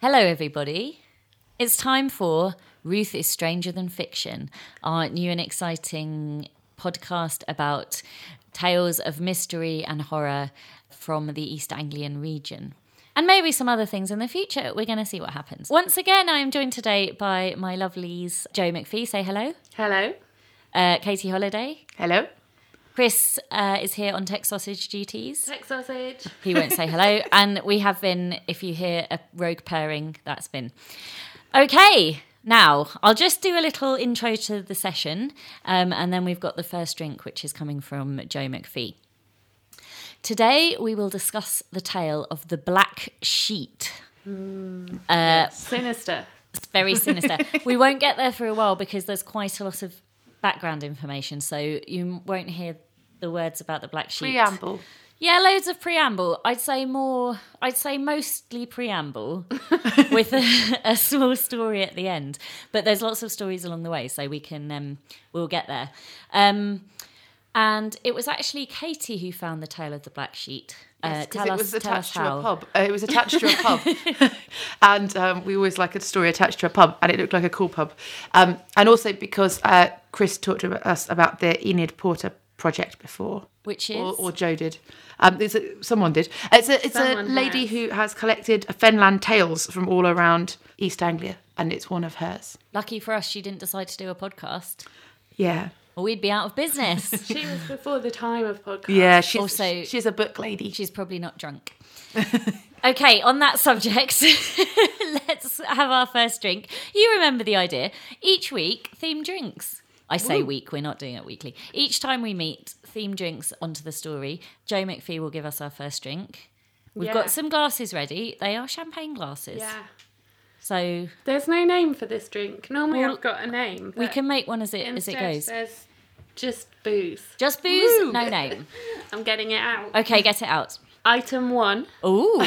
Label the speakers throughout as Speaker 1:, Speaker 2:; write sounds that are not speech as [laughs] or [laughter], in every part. Speaker 1: Hello, everybody. It's time for Ruth is Stranger Than Fiction, our new and exciting podcast about tales of mystery and horror from the East Anglian region. And maybe some other things in the future. We're going to see what happens. Once again, I am joined today by my lovelies Joe McPhee. Say hello.
Speaker 2: Hello.
Speaker 1: Uh, Katie Holiday.
Speaker 2: Hello.
Speaker 1: Chris uh, is here on tech sausage duties.
Speaker 2: Tech sausage.
Speaker 1: He won't say hello. And we have been, if you hear a rogue purring, that's been. Okay, now I'll just do a little intro to the session. Um, and then we've got the first drink, which is coming from Joe McPhee. Today we will discuss the tale of the Black Sheet.
Speaker 2: [laughs]
Speaker 1: Uh,
Speaker 2: Sinister.
Speaker 1: It's very sinister. we won't get there for a while because there's quite a lot of background information. So you won't hear the words about the Black Sheet.
Speaker 2: Preamble.
Speaker 1: Yeah, loads of preamble. I'd say more. I'd say mostly
Speaker 2: [laughs]
Speaker 1: preamble, with a, a small story at the end. But there's lots of stories along the way, so we can um, we'll get there. Um, and it was actually Katie who found the tale of the black sheet. Uh,
Speaker 2: Because
Speaker 1: tell
Speaker 2: it was
Speaker 1: us, tell us
Speaker 2: attached to
Speaker 1: how.
Speaker 2: a pub. Uh, it was
Speaker 1: [laughs]
Speaker 2: attached to a pub, and um, we always like a story attached to a pub, and it looked like a cool pub. Um, and also because uh, Chris talked to us about the Enid Porter project before,
Speaker 1: Which is
Speaker 2: or, or Joe did. Um, there's a, someone did. It's a it's a
Speaker 3: Someone
Speaker 2: lady
Speaker 3: has.
Speaker 2: who has collected Fenland tales from all around East Anglia, and it's one of hers.
Speaker 1: lucky for us, she didn't decide to do a podcast,
Speaker 2: Yeah.
Speaker 1: or we'd be out of
Speaker 2: [laughs]
Speaker 1: business.
Speaker 3: She was before the time of podcast.
Speaker 2: Yeah, she's
Speaker 1: Also-
Speaker 2: she's a book lady.
Speaker 1: She's probably not drunk. [laughs] okay, on that subject, [laughs] let's have our first drink. You remember the idea. Each week, theme drinks. I say week, we're not doing it weekly. Each time we meet, theme drinks onto the story. Joe McPhee will give us our first drink. We've
Speaker 3: Yeah.
Speaker 1: got some glasses ready. They are champagne glasses.
Speaker 3: Yeah.
Speaker 1: So
Speaker 3: There's no name for this drink. Normally
Speaker 1: Well,
Speaker 3: I've got a name.
Speaker 1: we
Speaker 3: but
Speaker 1: can make one as it as it
Speaker 3: instead
Speaker 1: goes.
Speaker 3: There's just booze.
Speaker 1: Just booze, no name.
Speaker 3: I'm getting it out.
Speaker 1: Okay, get it
Speaker 3: [laughs]
Speaker 1: out.
Speaker 3: Item one,
Speaker 1: Ooh,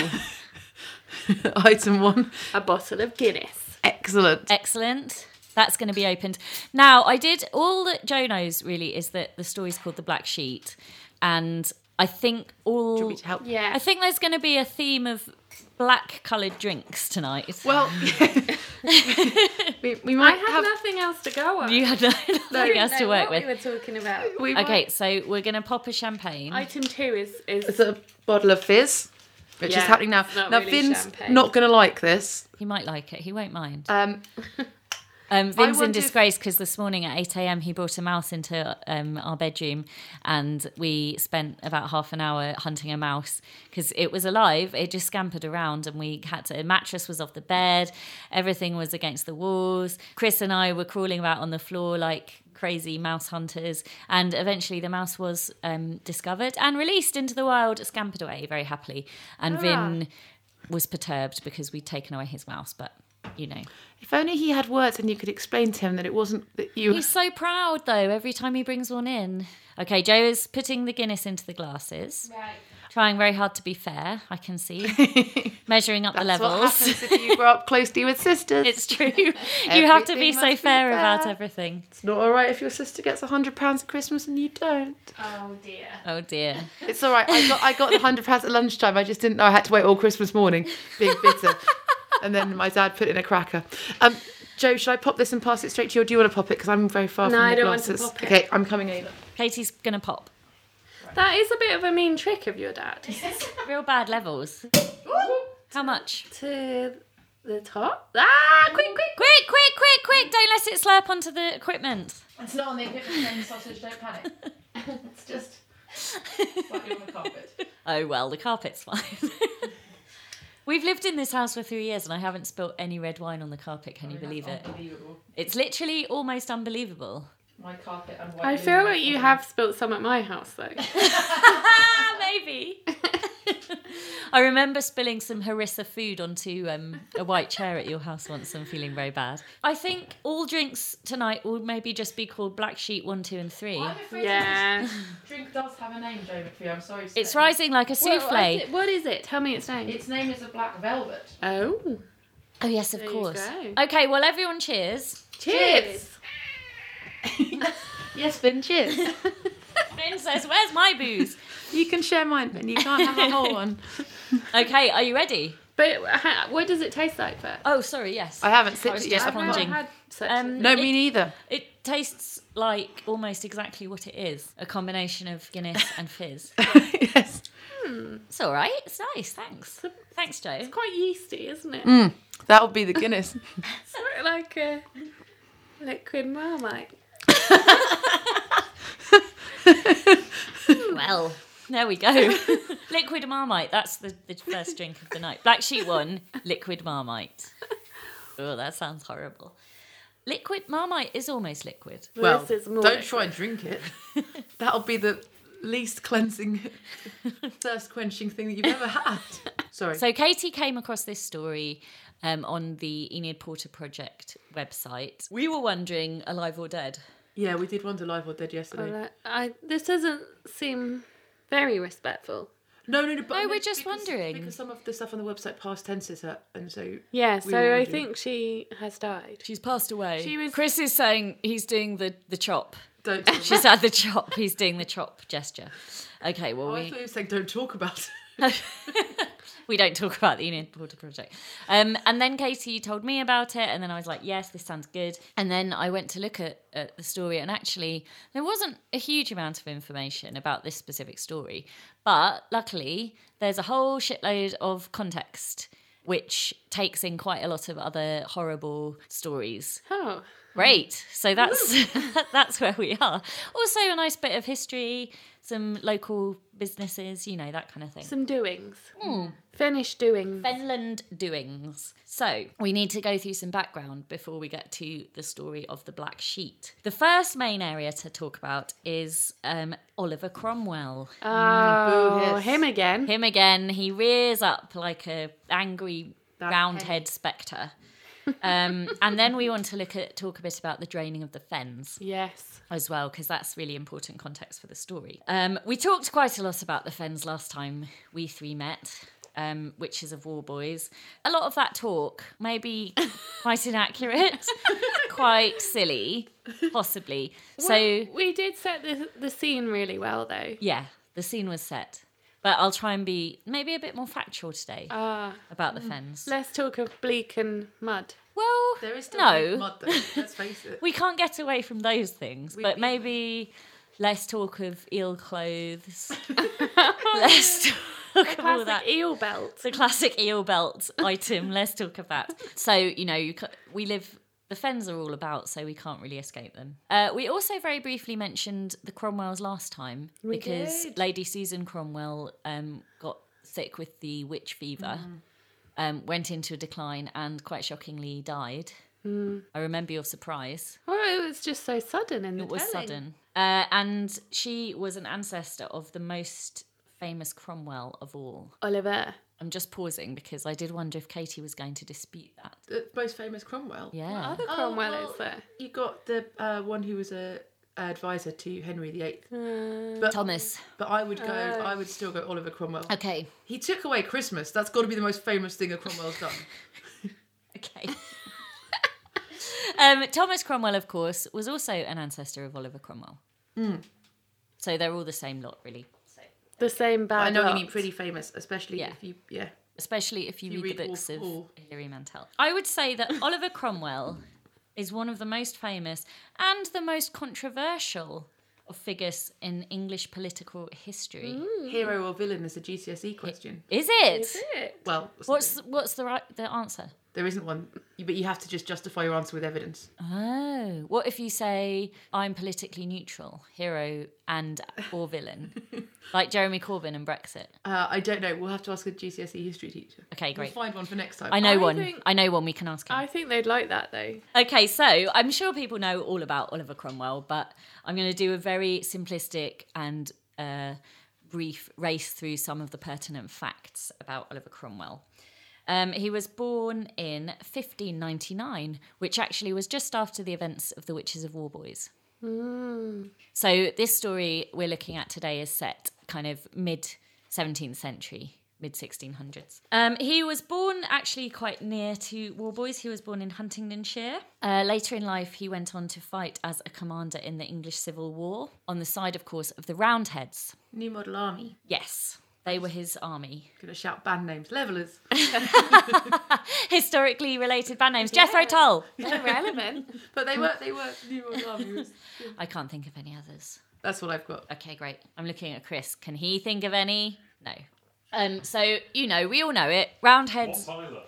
Speaker 2: [laughs] Item one.
Speaker 3: a bottle of Guinness.
Speaker 2: Excellent.
Speaker 1: Excellent. That's going to be opened. Now, I did all that Joe knows really is that the story's called The Black Sheet. And I think all.
Speaker 2: me to help?
Speaker 3: Yeah.
Speaker 1: I think there's going to be a theme of black coloured drinks tonight.
Speaker 3: [laughs]
Speaker 2: Well, [laughs] we, we
Speaker 3: I
Speaker 2: might
Speaker 3: had
Speaker 2: have.
Speaker 3: nothing else to go on.
Speaker 1: you had
Speaker 2: [laughs]
Speaker 1: nothing
Speaker 3: I don't
Speaker 1: else to
Speaker 3: know
Speaker 1: work
Speaker 3: what
Speaker 1: with.
Speaker 3: We were talking about.
Speaker 2: we might-
Speaker 1: Okay, so we're going to pop a champagne.
Speaker 3: Item two is is
Speaker 2: it's a bottle of fizz, which
Speaker 3: Yeah,
Speaker 2: is happening now.
Speaker 3: it's not
Speaker 2: Now,
Speaker 3: really
Speaker 2: Finn's
Speaker 3: champagne.
Speaker 2: not going to like this.
Speaker 1: He might like it. He won't mind.
Speaker 2: Um,
Speaker 1: Um, Vin's in
Speaker 2: wonder if-
Speaker 1: disgrace because this morning at 8 a.m. he brought a mouse into um, our bedroom and we spent about half an hour hunting a mouse because it was alive. It just scampered around and we had to, a mattress was off the bed, everything was against the walls. Chris and I were crawling about on the floor like crazy mouse hunters and eventually the mouse was um, discovered and released into the wild, scampered away very happily.
Speaker 2: Ah.
Speaker 1: And Vin was perturbed because we'd taken away his mouse, but you know.
Speaker 2: if only he had words and you could explain to him that it wasn't that you. [laughs]
Speaker 1: He's so proud though, every time he brings one in. Okay, Joe is putting the Guinness into the glasses,
Speaker 3: right.
Speaker 1: trying very hard to be fair, I can see.
Speaker 2: [laughs]
Speaker 1: Measuring up the
Speaker 2: That's what
Speaker 1: levels. [laughs]
Speaker 2: happens if you grow up closely with
Speaker 3: [laughs]
Speaker 2: sisters.
Speaker 1: It's true. you have to be
Speaker 2: Everything
Speaker 1: so
Speaker 2: must be
Speaker 1: fair, about
Speaker 2: fair.
Speaker 1: everything.
Speaker 2: It's not all right if your sister gets hundred pounds at Christmas and you don't.
Speaker 3: Oh dear.
Speaker 1: Oh dear.
Speaker 2: It's all right. I got I got the hundred pounds at lunchtime. I just didn't know I had to wait all Christmas morning, being bitter. and then my dad put in a cracker. Um, Joe, should I pop this and pass it straight to you, or do you want to pop it? Because I'm very far
Speaker 3: No,
Speaker 2: from the
Speaker 3: I don't want to
Speaker 2: glasses.
Speaker 3: pop it.
Speaker 2: Okay, I'm coming over.
Speaker 1: Katie's gonna pop.
Speaker 3: That is a bit of a mean trick of your [laughs] dad.
Speaker 1: Real bad levels. How much?
Speaker 3: to the top. Ah, quick, quick.
Speaker 1: Quick, quick, quick, quick! Don't let it slurp onto the equipment.
Speaker 2: It's not on the equipment sausage. Don't
Speaker 3: [laughs]
Speaker 2: panic. It's just slightly on the carpet.
Speaker 1: Oh well, the carpet's fine. [laughs] We've lived in this house for three years and I haven't spilt any red wine on the carpet,
Speaker 2: Oh,
Speaker 1: can you believe it?
Speaker 2: Unbelievable.
Speaker 1: It's literally almost unbelievable.
Speaker 2: My carpet and
Speaker 3: I feel like you have spilt some at my house [laughs] though.
Speaker 1: Ah, maybe. [laughs] I remember spilling some harissa food onto um, a white chair at your house once and feeling very bad. I think all drinks tonight will maybe just be called Black Sheep 1, 2, and 3.
Speaker 2: afraid
Speaker 3: yeah.
Speaker 2: drink does have a name, Joe. For you, I'm sorry.
Speaker 1: It's rising like a
Speaker 3: Well,
Speaker 1: souffle.
Speaker 3: what is it- what is it? Tell me its name.
Speaker 2: name is a black velvet.
Speaker 3: oh.
Speaker 1: oh, yes, of
Speaker 3: There you
Speaker 1: course.
Speaker 3: go.
Speaker 1: Okay, well, everyone
Speaker 3: [laughs]
Speaker 1: cheers.
Speaker 2: Cheers. Yes,
Speaker 1: [laughs]
Speaker 2: Finn. Cheers.
Speaker 1: Finn says, Where's my booze? [laughs]
Speaker 2: You can share mine, and you can't have a whole one.
Speaker 1: Okay, are you ready?
Speaker 3: [laughs] But uh, ha- what does it taste like first?
Speaker 1: Oh, sorry. Yes.
Speaker 2: I haven't
Speaker 1: I
Speaker 2: sipped
Speaker 1: was
Speaker 2: it
Speaker 1: just
Speaker 2: yet.
Speaker 3: I've
Speaker 2: haven't I?
Speaker 3: not
Speaker 1: sponging.
Speaker 3: had such.
Speaker 1: Um,
Speaker 2: No,
Speaker 1: It-
Speaker 2: me neither.
Speaker 1: It tastes like almost exactly what it is a combination of Guinness and fizz.
Speaker 2: [laughs] yes.
Speaker 1: It's all right. It's nice. Thanks. Thanks, Joe.
Speaker 3: it's quite yeasty, isn't it?
Speaker 2: That would be the Guinness.
Speaker 3: It's sort of like a liquid marmite.
Speaker 1: Well, there we go. liquid Marmite. That's the, the first drink of the night. Black Sheep one, liquid Marmite. Oh, that sounds horrible. Liquid Marmite is almost liquid.
Speaker 2: well,
Speaker 3: this is more
Speaker 2: don't try and drink [laughs] it. That'll be the least cleansing, thirst quenching thing that you've ever had. [laughs] Sorry.
Speaker 1: So Katie came across this story um, on the Enid Porter Project website. We were wondering, alive or dead?
Speaker 2: yeah, we did wonder live or dead yesterday.
Speaker 3: Well, I, I- this doesn't seem very respectful.
Speaker 2: No, no, no. But
Speaker 1: No,
Speaker 2: I
Speaker 1: we're
Speaker 2: meant
Speaker 1: just
Speaker 2: because-
Speaker 1: wondering.
Speaker 2: because some of the stuff on the website past tenses, are, and so
Speaker 3: Yeah,
Speaker 2: We
Speaker 3: so
Speaker 2: were
Speaker 3: I
Speaker 2: wondering.
Speaker 3: think she has died.
Speaker 1: She's passed away.
Speaker 3: She was-
Speaker 1: Chris is saying he's doing the, the chop.
Speaker 2: don't. Talk
Speaker 1: [laughs]
Speaker 2: about
Speaker 1: She's at the chop. He's doing the chop gesture. Okay, well,
Speaker 2: oh, I
Speaker 1: we...
Speaker 2: thought you were saying don't talk about. it.
Speaker 1: we don't talk about the Enid Porter project. Um, and then Katie told me about it, and then I was like, yes, this sounds good. And then I went to look at, at the story, and actually, there wasn't a huge amount of information about this specific story. But luckily, there's a whole shitload of context. Which takes in quite a lot of other horrible stories.
Speaker 3: Oh,
Speaker 1: Great. So that's [laughs] that's where we are. Also, a nice bit of history, some local businesses, you know, that kind of thing.
Speaker 3: some doings. Finished doings.
Speaker 1: Fenland doings. So, we need to go through some background before we get to the story of the Black Sheet. The first main area to talk about is um, Oliver Cromwell.
Speaker 3: Oh,
Speaker 2: boo, hiss.
Speaker 3: him again.
Speaker 1: Him again, he rears up like a angry roundhead spectre. Um, and then we want to look at talk a bit about the draining of the fens
Speaker 3: Yes.
Speaker 1: as well because that's really important context for the story. Um, we talked quite a lot about the Fens last time we three met. Um, Witches of War Boys. A lot of that talk,
Speaker 2: [laughs]
Speaker 1: maybe quite inaccurate, quite silly, possibly. So,
Speaker 3: we did set the, the scene really well, though.
Speaker 1: yeah, the scene was set. But I'll try and be maybe a bit more factual today
Speaker 3: Ah,
Speaker 1: about the
Speaker 2: Mm.
Speaker 1: Fens.
Speaker 3: let's talk of bleak and mud.
Speaker 1: Well,
Speaker 2: There is still
Speaker 1: no.
Speaker 2: mud, though. Let's face it.
Speaker 1: [laughs] we can't get away from those things,
Speaker 2: We
Speaker 1: but
Speaker 2: need
Speaker 1: maybe less talk of eel
Speaker 2: [laughs]
Speaker 1: clothes, less talk of all
Speaker 3: Classic
Speaker 1: that.
Speaker 3: eel belt.
Speaker 1: The classic eel belt item. Let's talk of that. So you know, you, ca- we live. The fens are all about, so we can't really escape them. Uh, we also very briefly mentioned the Cromwells last time because
Speaker 2: did.
Speaker 1: Lady Susan Cromwell um, got sick with the witch fever,
Speaker 2: Mm-hmm.
Speaker 1: um, went into a decline, and quite shockingly died.
Speaker 2: Hmm.
Speaker 1: I remember your surprise.
Speaker 3: Oh, it was just so sudden in the
Speaker 1: It was
Speaker 3: telling.
Speaker 1: sudden. Uh, and she was an ancestor of the most famous Cromwell of all.
Speaker 3: Oliver.
Speaker 1: I'm just pausing because I did wonder if Katie was going to dispute that.
Speaker 2: The most famous Cromwell.
Speaker 1: Yeah.
Speaker 3: Other
Speaker 2: Oh,
Speaker 3: Cromwell
Speaker 2: well,
Speaker 3: is there.
Speaker 2: You got the uh, one who was a advisor to Henry VIII,
Speaker 1: Mm.
Speaker 3: Uh,
Speaker 2: but
Speaker 1: Thomas.
Speaker 2: But I would go. I would still go Oliver Cromwell.
Speaker 1: Okay.
Speaker 2: He took away Christmas. That's got to be the most famous thing that
Speaker 1: [laughs]
Speaker 2: Cromwell's done.
Speaker 1: Okay. [laughs] um, Thomas Cromwell, of course, was also an ancestor of Oliver Cromwell. Mm. So they're all the same lot, really.
Speaker 3: the same bad
Speaker 2: I know
Speaker 3: lot.
Speaker 2: you mean pretty famous, especially
Speaker 1: Yeah.
Speaker 2: if you. Yeah.
Speaker 1: especially if you,
Speaker 2: You
Speaker 1: read, the
Speaker 2: read
Speaker 1: books
Speaker 2: all-
Speaker 1: of
Speaker 2: all.
Speaker 1: Hilary Mantel. I would say that Oliver Cromwell is one of the most famous and the most controversial of figures in English political history.
Speaker 2: Hero or villain is a GCSE E question.
Speaker 1: Is it?
Speaker 3: Is it?
Speaker 2: Well,
Speaker 1: What's what's the right the answer?
Speaker 2: there isn't one, You- but you have to just justify your answer with evidence.
Speaker 1: Oh, what if you say I'm politically neutral, hero and or villain, like Jeremy Corbyn and Brexit?
Speaker 2: Uh, I don't know. We'll have to ask a GCSE E history teacher.
Speaker 1: Okay, great.
Speaker 2: We'll find one for next time.
Speaker 1: I know
Speaker 3: I
Speaker 1: one.
Speaker 3: think-
Speaker 1: I know one. We can ask him.
Speaker 3: I think they'd like that though.
Speaker 1: Okay, so I'm sure people know all about Oliver Cromwell, but I'm going to do a very simplistic and uh, brief race through some of the pertinent facts about Oliver Cromwell. Um, he was born in 1599, which actually was just after the events of the Witches of War Boys. So this story we're looking at today is set kind of mid 17th century, mid 1600s. Um, he was born actually quite near to War Boys. He was born in Huntingdonshire. Uh, later in life, he went on to fight as a commander in the English Civil War on the side, of course, of the Roundheads.
Speaker 2: New model army.
Speaker 1: Yes. They were his army. [laughs]
Speaker 2: Gonna shout band names, levelers.
Speaker 1: Historically related band names. Jethro Tull.
Speaker 3: They're relevant.
Speaker 2: [laughs]
Speaker 1: [laughs]
Speaker 2: But they were they were New World Army.
Speaker 1: I can't think of any others.
Speaker 2: That's what I've got.
Speaker 1: Okay, great. I'm looking at Chris. Can he think of any? No. Um, so you know, we all know it. Roundheads.
Speaker 4: Tyler?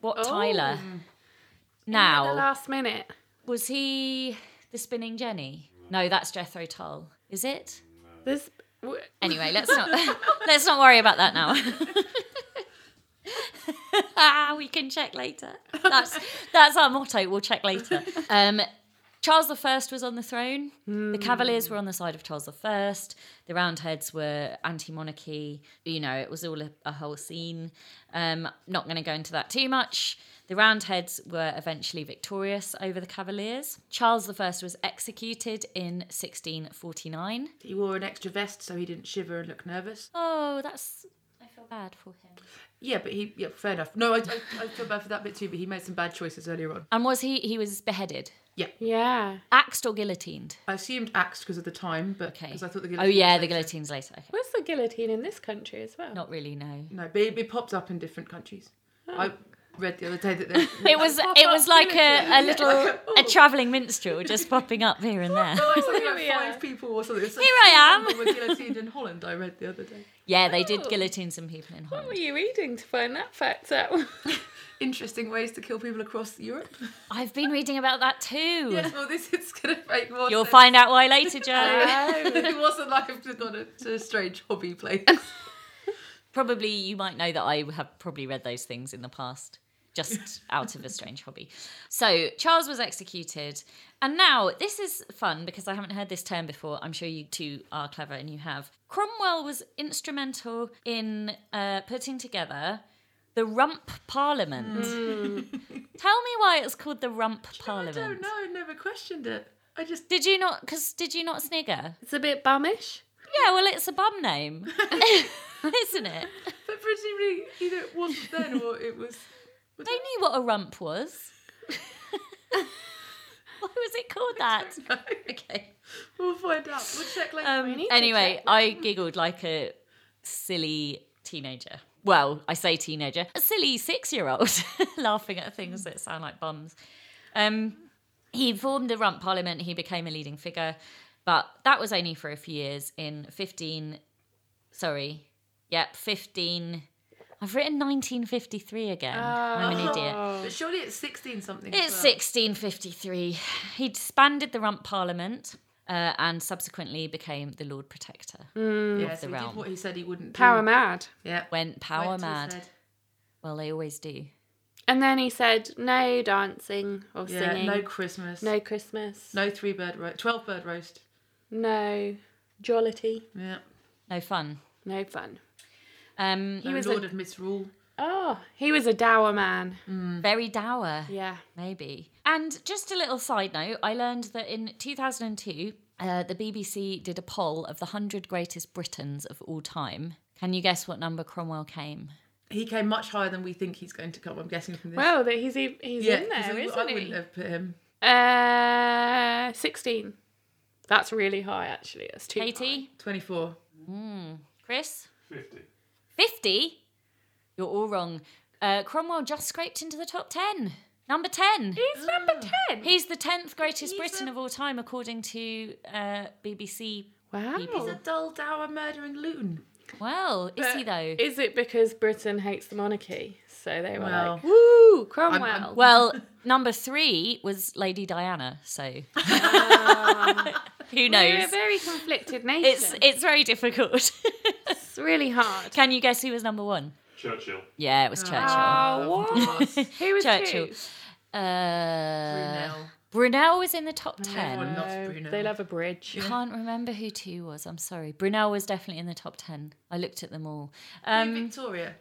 Speaker 1: What
Speaker 3: Oh.
Speaker 1: Tyler?
Speaker 3: At the
Speaker 1: Now
Speaker 3: last minute.
Speaker 1: was he the spinning Jenny? No, that's Jethro Tull. Is it?
Speaker 3: This. w-
Speaker 1: Anyway, let's not [laughs] let's not worry about that now. [laughs] ah, we can check later. That's that's our motto. We'll check later. Um, Charles I was on the throne. The Cavaliers were on the side of Charles I. The Roundheads were anti-monarchy. You know, it was all a, a whole scene. Um, not going to go into that too much. The Roundheads were eventually victorious over the Cavaliers. Charles I was executed in 1649.
Speaker 2: He wore an extra vest so he didn't shiver and look nervous.
Speaker 1: Oh, that's. I feel bad for him.
Speaker 2: Yeah, but he yeah, fair enough. No, I, I, I feel bad for that bit too. But he made some bad choices earlier on.
Speaker 1: And was he? He was beheaded,
Speaker 3: Yeah.
Speaker 1: axed or guillotined?
Speaker 2: I assumed axed because of the time, but
Speaker 1: Okay.
Speaker 2: because I thought the
Speaker 1: oh
Speaker 2: guillotine
Speaker 1: yeah,
Speaker 2: was
Speaker 1: the
Speaker 2: later.
Speaker 1: guillotine's later. Okay.
Speaker 3: Where's the guillotine in this country as well?
Speaker 1: Not really.
Speaker 2: [laughs]
Speaker 1: No.
Speaker 2: No, but it, it popped up in different countries.
Speaker 1: Oh.
Speaker 2: I read the other
Speaker 1: [laughs]
Speaker 2: day that there.
Speaker 1: It was. It was like a, a little
Speaker 2: [laughs]
Speaker 1: a travelling minstrel just popping up here and there.
Speaker 2: Like something like
Speaker 3: Here we
Speaker 2: five
Speaker 3: are.
Speaker 2: people or something. Here
Speaker 1: I am.
Speaker 2: [laughs] Were guillotined in Holland. I read the other day.
Speaker 1: Yeah, they did guillotine some people in
Speaker 3: What were
Speaker 1: Holland.
Speaker 3: you reading to find that fact out? [laughs]
Speaker 2: Interesting ways to kill people
Speaker 1: [laughs]
Speaker 2: across Europe.
Speaker 1: I've been reading about that too.
Speaker 2: yes, well, this is gonna make more.
Speaker 1: You'll
Speaker 2: sense.
Speaker 1: find out why later, Joe.
Speaker 2: [laughs] it wasn't like I've just gone to, to a strange hobby place.
Speaker 1: Probably you might know that I have probably read those things in the past,
Speaker 2: [laughs]
Speaker 1: just out of a strange hobby. So Charles was executed. And now this is fun because I haven't heard this term before. I'm sure you two are clever and you have. Cromwell was instrumental in uh, putting together the Rump Parliament. [laughs] Tell me why it's called the Rump
Speaker 2: Hmm. I don't
Speaker 1: Parliament.
Speaker 2: know. I never questioned it. I just
Speaker 1: Did you not? Because did you not snigger?
Speaker 3: it's a bit bummish.
Speaker 1: Yeah, well, it's a bum name, [laughs]
Speaker 2: [laughs]
Speaker 1: isn't it?
Speaker 2: But presumably either it wasn't then or it was. [laughs]
Speaker 1: They knew what a rump
Speaker 3: [laughs]
Speaker 1: was. Why was it called that? Okay.
Speaker 2: We'll find out. We'll check later.
Speaker 1: Um,
Speaker 3: need to
Speaker 1: anyway,
Speaker 3: check
Speaker 1: I giggled like a silly teenager. Well, I say teenager, a silly six year old [laughs] laughing at things that sound like bums. Um, he formed the Rump Parliament, he became a leading figure, but that was only for a few years in 15. Sorry, yep, 15. I've written 1953 again. I'm
Speaker 3: Oh.
Speaker 1: an idiot.
Speaker 2: but surely it's sixteen something. as
Speaker 1: It's
Speaker 2: well.
Speaker 1: 1653. He disbanded the Rump Parliament uh, and subsequently became the Lord Protector.
Speaker 2: Mm. Yeah,
Speaker 1: the
Speaker 2: so he
Speaker 1: realm.
Speaker 2: did what he said he wouldn't. do.
Speaker 3: Power mad.
Speaker 2: Yeah.
Speaker 1: Went power
Speaker 2: Went to
Speaker 1: mad.
Speaker 2: said-
Speaker 1: Well, they always do.
Speaker 3: And then he said, no dancing or
Speaker 2: Yeah.
Speaker 3: singing.
Speaker 2: No
Speaker 3: No,
Speaker 2: Christmas.
Speaker 3: Christmas. No.
Speaker 2: No three bird roast. Twelve bird roast.
Speaker 3: jollity.
Speaker 2: Yeah.
Speaker 1: No fun.
Speaker 3: No fun.
Speaker 1: Um,
Speaker 2: He
Speaker 3: was
Speaker 2: was
Speaker 3: a-
Speaker 2: Lord of Misrule.
Speaker 3: Oh, he was a dour man.
Speaker 2: Hmm.
Speaker 1: very dour.
Speaker 3: Yeah.
Speaker 1: Maybe. And just a little side note, I learned that in 2002, uh, the BBC did a poll of the 100 greatest Britons of all time. Can you guess what number Cromwell came?
Speaker 2: He came much higher than we think he's going to come. I'm guessing from this.
Speaker 3: Well, that he's e- he's
Speaker 2: yeah, 'cause
Speaker 3: in there,
Speaker 2: I, I
Speaker 3: isn't
Speaker 2: wouldn't have put him.
Speaker 3: he? Uh, sixteen. That's really high, actually. That's too. high.
Speaker 1: Katie?
Speaker 2: Twenty-four.
Speaker 1: Chris?
Speaker 4: 50.
Speaker 1: 50? You're all wrong. Uh, Cromwell just scraped into the top 10. Number 10.
Speaker 3: He's number ten.
Speaker 1: He's the 10th greatest Briton of all time, according to uh, BBC.
Speaker 2: He's a
Speaker 3: wow.
Speaker 2: dull, dour, murdering loon.
Speaker 1: Well, is he
Speaker 3: But
Speaker 1: though?
Speaker 3: Is it because Britain hates the monarchy, so they were
Speaker 2: Well.
Speaker 3: like, "Woo, Cromwell."
Speaker 2: I'm-
Speaker 3: [laughs]
Speaker 1: Well, number three was Lady Diana, so. [laughs] Who
Speaker 3: we're Ah. a
Speaker 1: knows?
Speaker 3: very conflicted nation.
Speaker 1: It's, it's very difficult. [laughs]
Speaker 3: It's really hard.
Speaker 1: Can you guess who was number one?
Speaker 4: Churchill.
Speaker 1: Yeah, it was Churchill.
Speaker 3: Oh, what? Who
Speaker 1: [laughs]
Speaker 3: was
Speaker 1: Churchill.
Speaker 3: two?
Speaker 1: Uh,
Speaker 2: Brunel.
Speaker 1: Brunel was in the top 10.
Speaker 2: Everyone loves
Speaker 3: Oh,
Speaker 2: Bruno.
Speaker 3: they love a bridge.
Speaker 1: [laughs] Can't remember who two was. I'm sorry. Brunel was definitely in the top ten. I looked at them all.
Speaker 2: Queen
Speaker 1: Um,
Speaker 2: Victoria.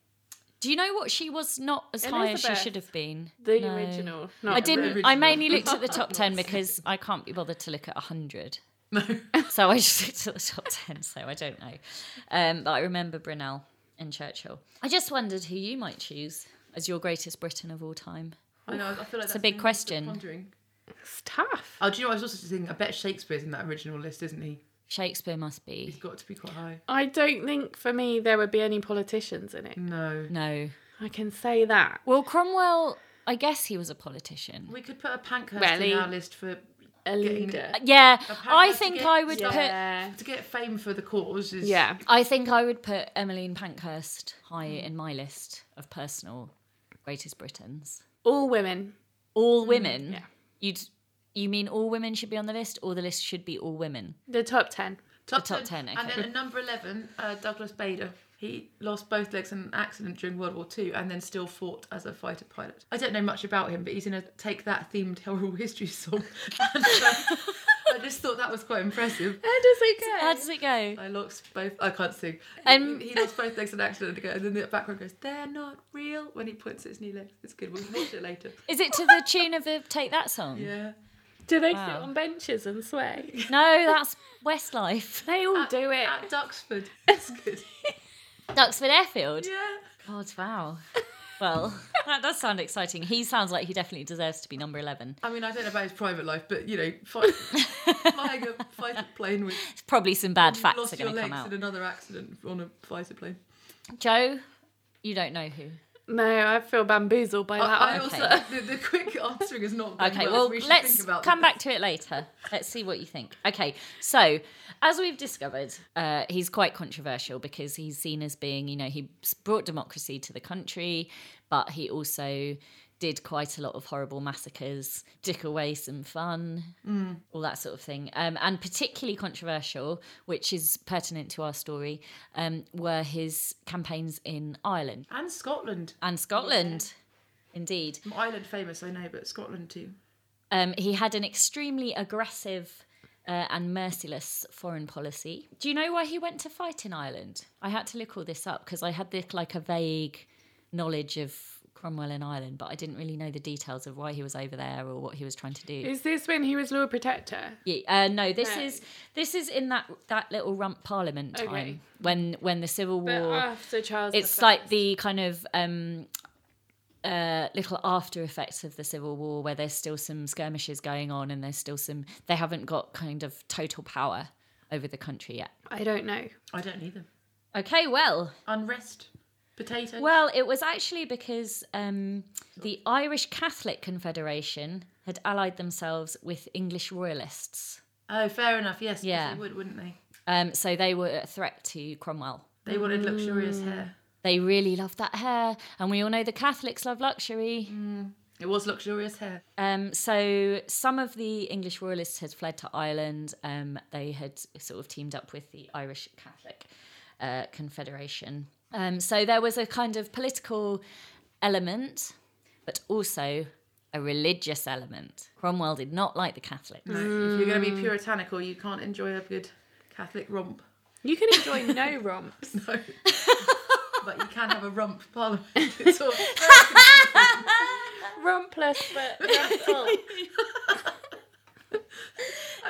Speaker 2: [laughs]
Speaker 1: do you know what? She was not as high as she
Speaker 3: Elizabeth.
Speaker 1: should have been.
Speaker 3: The
Speaker 1: No.
Speaker 3: original. Not
Speaker 1: I didn't.
Speaker 2: original.
Speaker 1: I mainly looked at the top ten because I can't be bothered to look at hundred.
Speaker 2: No.
Speaker 1: So I just looked at the top ten. So I don't know. Um, but I remember Brunel and Churchill. I just wondered who you might choose as your greatest Briton of all time.
Speaker 2: I know. I feel like that's
Speaker 1: a big
Speaker 2: been
Speaker 1: question.
Speaker 2: Pondering.
Speaker 3: It's tough.
Speaker 2: Oh, do you know? what I was also just thinking. I bet Shakespeare's in that original list, isn't he?
Speaker 1: Shakespeare must be.
Speaker 2: It's got to be quite high.
Speaker 3: I don't think for me there would be any politicians in it.
Speaker 2: No.
Speaker 1: No.
Speaker 3: I can say that.
Speaker 1: Well, Cromwell, I guess he was a politician.
Speaker 2: We could put a Pankhurst
Speaker 3: Well, he-
Speaker 2: in our list for
Speaker 3: A
Speaker 2: Getting-
Speaker 3: leader.
Speaker 1: Yeah,
Speaker 2: Apparently
Speaker 1: I
Speaker 2: that's
Speaker 1: think
Speaker 2: against-
Speaker 1: I would put.
Speaker 3: Yeah.
Speaker 2: to get fame for the cause. Is,
Speaker 3: Yeah.
Speaker 1: I think I would put Emmeline Pankhurst high in my list of personal greatest Britons. Mm,
Speaker 3: All women.
Speaker 1: All women.
Speaker 3: yeah.
Speaker 1: You'd you mean all women should be on the list, or the list should be all women?
Speaker 3: The top ten.
Speaker 2: top,
Speaker 1: The top 10,
Speaker 2: And
Speaker 1: okay.
Speaker 2: then at number eleven, uh, Douglas Bader. He lost both legs in an accident during World War Two, and then still fought as a fighter pilot. I don't know much about him, but he's in a take that themed [laughs] Herald History song. [laughs] and, uh, I just thought that was quite impressive.
Speaker 3: Where does it go?
Speaker 1: How does it go?
Speaker 2: I lost both. I can't sing.
Speaker 1: Um,
Speaker 2: he lost both legs in an accident ago, and then the background goes, "They're not real." When he puts his new legs, it's good. We'll watch
Speaker 1: [laughs]
Speaker 2: it later.
Speaker 1: [laughs] Is it to the tune of the Take That song?
Speaker 2: Yeah.
Speaker 3: Do they sit
Speaker 1: Wow.
Speaker 3: on benches and sway? Uh,
Speaker 1: No, that's Westlife.
Speaker 3: They all do it.
Speaker 2: at Duxford.
Speaker 1: [laughs]
Speaker 2: It's good.
Speaker 1: Duxford Airfield.
Speaker 2: Yeah.
Speaker 1: God, wow. Well, [laughs] that does sound exciting. He sounds like he definitely deserves to be number 11.
Speaker 2: I mean, I don't know about his private life, but you know, fi-
Speaker 1: [laughs]
Speaker 2: flying a fighter plane with
Speaker 1: It's probably some bad
Speaker 2: you
Speaker 1: facts are
Speaker 2: lost your
Speaker 1: going to
Speaker 2: legs
Speaker 1: come out.
Speaker 2: in another accident on a fighter plane.
Speaker 1: Joe, you don't know who.
Speaker 3: no, I feel bamboozled by that.
Speaker 2: I, I
Speaker 3: one.
Speaker 2: also the, the quick answering is not going
Speaker 1: Oh, Okay,
Speaker 2: well.
Speaker 1: well,
Speaker 2: we should
Speaker 1: let's
Speaker 2: think about
Speaker 1: come
Speaker 2: this.
Speaker 1: back to it later. Let's see what you think. Okay, so as we've discovered, uh, he's quite controversial because he's seen as being, you know, he s- brought democracy to the country, but he also did quite a lot of horrible massacres, took away some fun,
Speaker 2: Mm.
Speaker 1: all that sort of thing. Um, and particularly controversial, which is pertinent to our story, um, were his campaigns in Ireland
Speaker 2: And Scotland,
Speaker 1: and Scotland. Indeed.
Speaker 2: Ireland famous, I know, but Scotland too.
Speaker 1: Um, he had an extremely aggressive uh, and merciless foreign policy. Do you know why he went to fight in Ireland? I had to look all this up because I had this like a vague knowledge of Cromwell in Ireland, but I didn't really know the details of why he was over there or what he was trying to do.
Speaker 3: Is this when he was Lord Protector?
Speaker 1: Yeah, uh, no, this
Speaker 3: No.
Speaker 1: is this is in that that little rump parliament time
Speaker 3: Okay.
Speaker 1: when when the civil war
Speaker 3: But after Charles
Speaker 1: it's
Speaker 3: I.
Speaker 1: like the kind of um uh, little after effects of the civil war where there's still some skirmishes going on and there's still some they haven't got kind of total power over the country yet
Speaker 3: I don't know.
Speaker 2: I don't either.
Speaker 1: okay well
Speaker 2: Unrest, potato.
Speaker 1: well it was actually because um, the irish catholic confederation had allied themselves with english royalists
Speaker 2: oh, fair enough. Yes, 'cause
Speaker 1: Yeah.
Speaker 2: they would, wouldn't they?
Speaker 1: um, so they were a threat to cromwell
Speaker 2: They wanted luxurious
Speaker 1: Mm.
Speaker 2: hair.
Speaker 1: they really loved that hair and we all know the catholics love luxury
Speaker 2: It was luxurious hair.
Speaker 1: Um, so some of the English royalists had fled to Ireland. Um, they had sort of teamed up with the Irish Catholic uh, Confederation. Um, so there was a kind of political element, but also a religious element. Cromwell did not like the Catholics.
Speaker 2: No, if you're
Speaker 1: Mm.
Speaker 2: going to be puritanical, you can't enjoy a good Catholic romp. [laughs]
Speaker 3: You [laughs] can enjoy no romps.
Speaker 2: No. but you can have a rump [laughs] parliament. It's all
Speaker 3: Rompless, [laughs] but rumpful.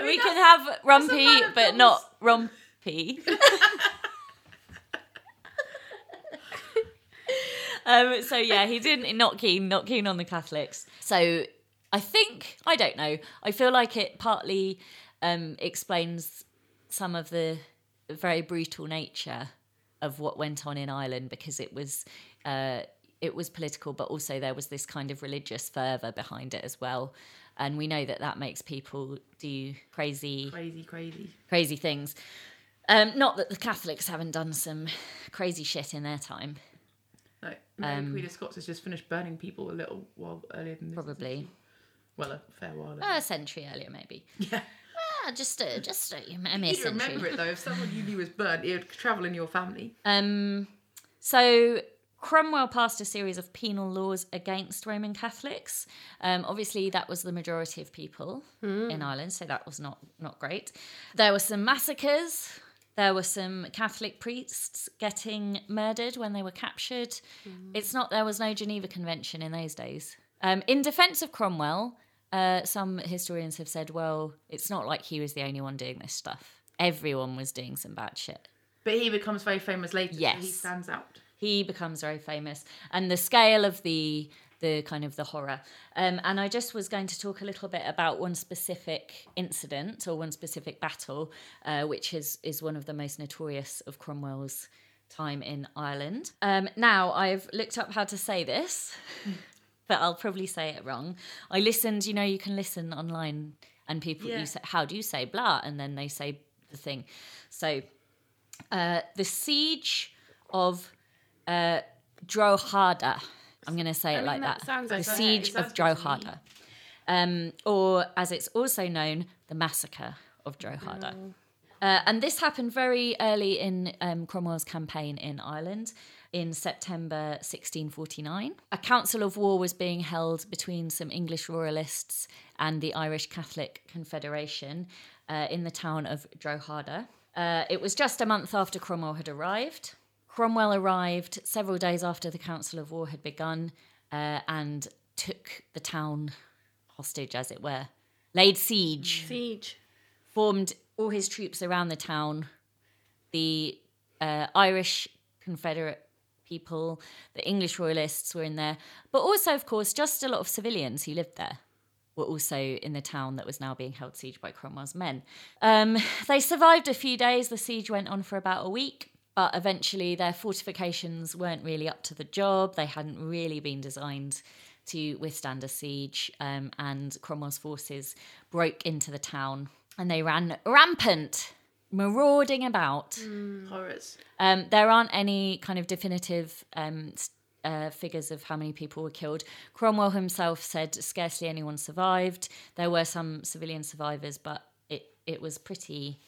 Speaker 1: we can have
Speaker 2: man
Speaker 1: rumpy,
Speaker 2: of
Speaker 1: but
Speaker 2: guns.
Speaker 1: not rompy. um, so yeah, he didn't. Not keen. Not keen on the Catholics. So I think I don't know. I feel like it partly um, explains some of the very brutal nature of what went on in Ireland because it was. Uh, it was political, but also there was this kind of religious fervour behind it as well. And we know that that makes people do crazy,
Speaker 2: crazy, crazy.
Speaker 1: crazy things. Um, not that the Catholics haven't done some crazy shit in their time,
Speaker 2: No, Mary
Speaker 1: Um,
Speaker 2: Queen of Scots has just finished burning people a little while earlier than this.
Speaker 1: probably Uh,
Speaker 2: Well, a fair while. Earlier.
Speaker 1: a century earlier, maybe.
Speaker 2: yeah.
Speaker 1: Ah, just a just a, a mere
Speaker 2: You need to
Speaker 1: century.
Speaker 2: remember it though. If someone you knew was burnt, it would travel in your family.
Speaker 1: Um, so Cromwell passed a series of penal laws against Roman Catholics. Um, obviously, that was the majority of people in Ireland, so that was not not great. There were some massacres. There were some Catholic priests getting murdered when they were captured. It's not there was no Geneva Convention in those days. Um, in defence of Cromwell, uh, some historians have said, well, it's not like he was the only one doing this stuff. Everyone was doing some bad shit
Speaker 2: But he becomes very famous later. so he
Speaker 1: Yes.
Speaker 2: stands out.
Speaker 1: he becomes very famous and the scale of the the kind of the horror. Um, and I just was going to talk a little bit about one specific incident or one specific battle, uh, which is is one of the most notorious of Cromwell's time in Ireland. Um, now I've looked up how to say this, [laughs] but I'll probably say it wrong. I listened. You know, you can listen online, and people
Speaker 3: Yeah.
Speaker 1: you say, how do you say blah, and then they say the thing. So uh, the siege of uh, Drogheda. I'm going to say it
Speaker 3: mean,
Speaker 1: like
Speaker 3: that
Speaker 1: that.
Speaker 3: sounds
Speaker 1: the
Speaker 3: okay.
Speaker 1: siege
Speaker 3: It
Speaker 1: of
Speaker 3: sounds pretty
Speaker 1: Drogheda, um, or as it's also known, the massacre of Drogheda. Uh, and this happened very early in um, Cromwell's campaign in Ireland in September 1649. A council of war was being held between some English royalists and the Irish Catholic Confederation uh, in the town of Drogheda. Uh, it was just a month after Cromwell had arrived. Cromwell arrived several days after the Council of War had begun uh, and took the town hostage, as it were, laid siege
Speaker 3: Siege.
Speaker 1: formed all his troops around the town. The uh, Irish Confederate people, the English Royalists were in there, but also, of course, just a lot of civilians who lived there were also in the town that was now being held siege by Cromwell's men. Um, they survived a few days. The siege went on for about a week, but eventually their fortifications weren't really up to the job. They hadn't really been designed to withstand a siege, um, and Cromwell's forces broke into the town and they ran rampant, marauding about. [laughs]
Speaker 2: [laughs] Horrors.
Speaker 1: Um, there aren't any kind of definitive um, s- uh, figures of how many people were killed. Cromwell himself said scarcely anyone survived. There were some civilian survivors, but it, it was pretty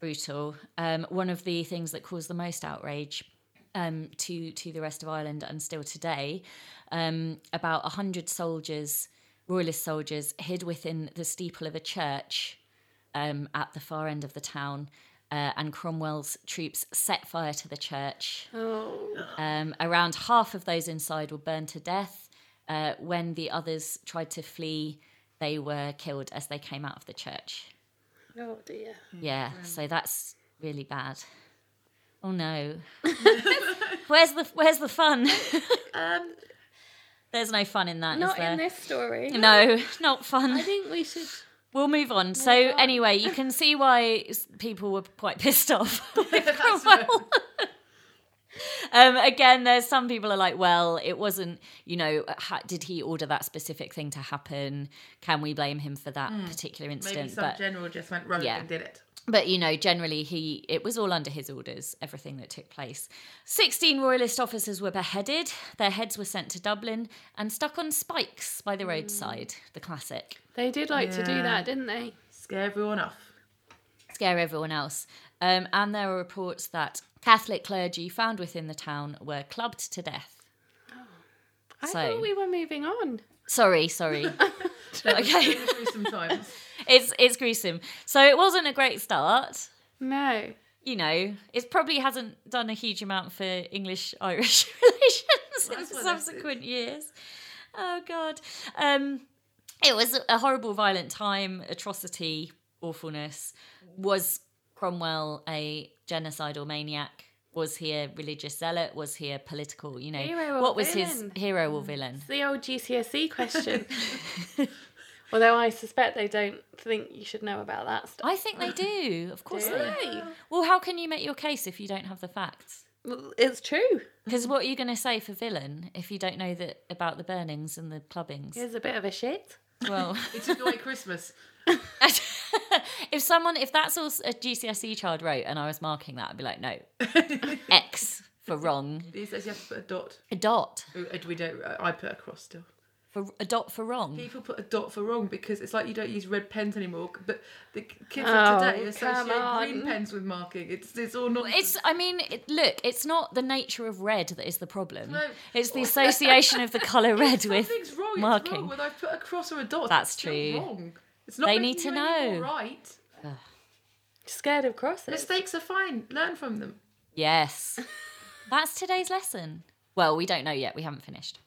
Speaker 1: brutal. Um, one of the things that caused the most outrage um, to to the rest of Ireland and still today, um, about hundred soldiers, royalist soldiers, hid within the steeple of a church um, at the far end of the town. Uh, and Cromwell's troops set fire to the church.
Speaker 3: Oh.
Speaker 1: Um, around half of those inside were burned to death. Uh, when the others tried to flee, they were killed as they came out of the church.
Speaker 3: Oh dear.
Speaker 1: Yeah, so that's really bad. Oh no.
Speaker 3: [laughs]
Speaker 1: where's the where's the fun?
Speaker 3: Um,
Speaker 1: There's no fun in that, is
Speaker 3: not
Speaker 1: there?
Speaker 3: in this story.
Speaker 1: [laughs] no, not
Speaker 3: I
Speaker 1: fun.
Speaker 3: think we should.
Speaker 1: We'll move on. So anyway, you can see why s- people were quite [laughs] pissed
Speaker 3: [laughs]
Speaker 1: off with Cromwell. [laughs] Um, again, there's some people are like, well, it wasn't, you know, ha- did he order that specific thing to happen? Can we blame him for that particular incident?
Speaker 2: Hmm. Maybe some
Speaker 1: But-
Speaker 2: general just went rogue
Speaker 1: Yeah.
Speaker 2: and did it.
Speaker 1: but you know generally he it was all under his orders everything that took place 16 royalist officers were beheaded their heads were sent to dublin and stuck on spikes by the roadside
Speaker 2: Hmm.
Speaker 1: the classic
Speaker 3: They did like to do
Speaker 2: Yeah.
Speaker 3: that, didn't they?
Speaker 2: Scare everyone off. [laughs]
Speaker 1: scare everyone else. Um, and there were reports that Catholic clergy found within the town were clubbed to death.
Speaker 3: I
Speaker 1: So-
Speaker 3: thought we were moving on.
Speaker 1: Sorry,
Speaker 3: [laughs]
Speaker 1: sorry. okay,
Speaker 2: Sometimes.
Speaker 1: it's it's gruesome. So it wasn't a great start.
Speaker 3: No.
Speaker 1: You know, it probably hasn't done a huge amount for English Irish [laughs] relations in
Speaker 2: that's
Speaker 1: the
Speaker 2: what this is.
Speaker 1: subsequent years. Oh God. Um, it was a horrible, violent time, atrocity, awfulness. Was Cromwell a genocidal maniac? Was he a religious zealot? Was he a political, you know,
Speaker 3: Hero or
Speaker 1: what was
Speaker 3: villain?
Speaker 1: his hero or
Speaker 3: [laughs]
Speaker 1: villain?
Speaker 3: It's the old GCSE E question. Although I suspect they don't think you should know about that stuff.
Speaker 1: I think they do. Of course
Speaker 3: do
Speaker 1: they.
Speaker 3: they?
Speaker 1: Well, how can you make your case if you don't have the facts?
Speaker 3: Well, It's true.
Speaker 1: Because what are you going to say for villain if you don't know that about the burnings and the clubbings?
Speaker 3: Here's a bit of a shit.
Speaker 1: Well, [laughs]
Speaker 2: It took away Christmas.
Speaker 1: if someone, if that's all a GCSE E child wrote and I was marking that, I'd be like, no, X for wrong,
Speaker 2: He says you have to put a dot.
Speaker 1: a dot
Speaker 2: Oh, and We don't. I put a cross still.
Speaker 1: for a dot for wrong.
Speaker 2: People put a dot for wrong because it's like you don't use red pens anymore. But the kids
Speaker 3: Oh,
Speaker 2: of today associate
Speaker 3: come on.
Speaker 2: green pens with marking. It's it's all not.
Speaker 1: It's, I mean, it, look, it's not the nature of red that is the problem.
Speaker 2: No.
Speaker 1: It's the association of the colour red with
Speaker 2: something's wrong.
Speaker 1: marking.
Speaker 2: It's wrong whether I put a cross or a dot.
Speaker 1: That's
Speaker 2: it's still
Speaker 1: true.
Speaker 2: Wrong. It's not
Speaker 1: They
Speaker 2: making
Speaker 1: need to
Speaker 2: you any more
Speaker 1: know.
Speaker 2: Right.
Speaker 3: Scared of crosses.
Speaker 2: Mistakes are fine. Learn from
Speaker 1: [laughs]
Speaker 2: them.
Speaker 1: [laughs] Yes. That's today's lesson. Well, we don't know yet. We haven't finished.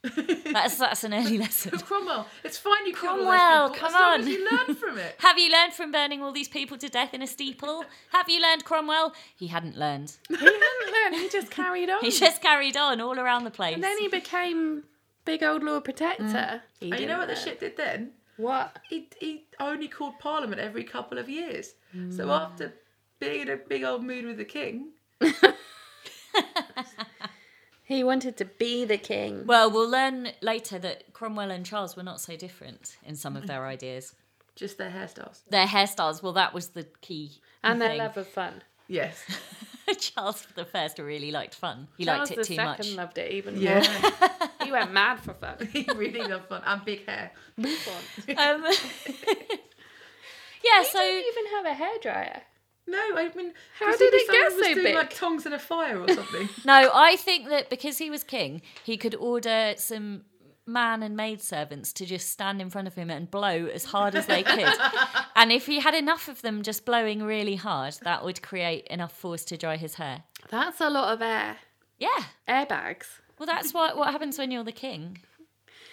Speaker 1: That's that's an early lesson.
Speaker 2: But Cromwell, it's fine. You killed all those
Speaker 1: Cromwell,
Speaker 2: people,
Speaker 1: come
Speaker 2: as long
Speaker 1: on.
Speaker 2: As you learn from it.
Speaker 1: [laughs] Have you learned from burning all these people to death in a steeple? Have you learned, Cromwell? He hadn't learned.
Speaker 3: He hadn't learned. He just carried on.
Speaker 1: He just carried on all around the place.
Speaker 3: And then he became big old law protector.
Speaker 2: And you know what the shit
Speaker 3: shit?
Speaker 2: did then?
Speaker 3: What?
Speaker 2: He, he only called Parliament every couple of years. So after being in a big old mood with the king,
Speaker 3: He wanted to be the king.
Speaker 1: Well, we'll learn later that Cromwell and Charles were not so different in some of their ideas.
Speaker 2: just their hairstyles.
Speaker 1: Their hairstyles, well, that was the key.
Speaker 3: And their
Speaker 1: thing.
Speaker 3: love of fun.
Speaker 2: [laughs] Yes.
Speaker 1: [laughs] Charles the First really liked fun. He
Speaker 3: Charles
Speaker 1: liked it
Speaker 3: the
Speaker 1: too
Speaker 3: second
Speaker 1: much.
Speaker 3: loved it even
Speaker 2: Yeah. [laughs]
Speaker 3: more. He went mad for fun.
Speaker 2: he really loved fun and big hair.
Speaker 3: Move on.
Speaker 1: Um, [laughs] yeah,
Speaker 3: So,
Speaker 1: so
Speaker 3: didn't even have a hairdryer.
Speaker 2: No, I mean,
Speaker 3: How
Speaker 2: Christina
Speaker 3: did it
Speaker 2: Sanders
Speaker 3: get
Speaker 2: was
Speaker 3: so
Speaker 2: doing,
Speaker 3: big?
Speaker 2: Like tongs in a fire or [laughs] something.
Speaker 1: no, I think that because he was king, he could order some man and maid servants to just stand in front of him and blow as hard as they could. and if he had enough of them just blowing really hard, that would create enough force to dry his hair.
Speaker 3: That's a lot of air.
Speaker 1: Yeah.
Speaker 3: Airbags.
Speaker 1: Well, that's what what happens when you're the king.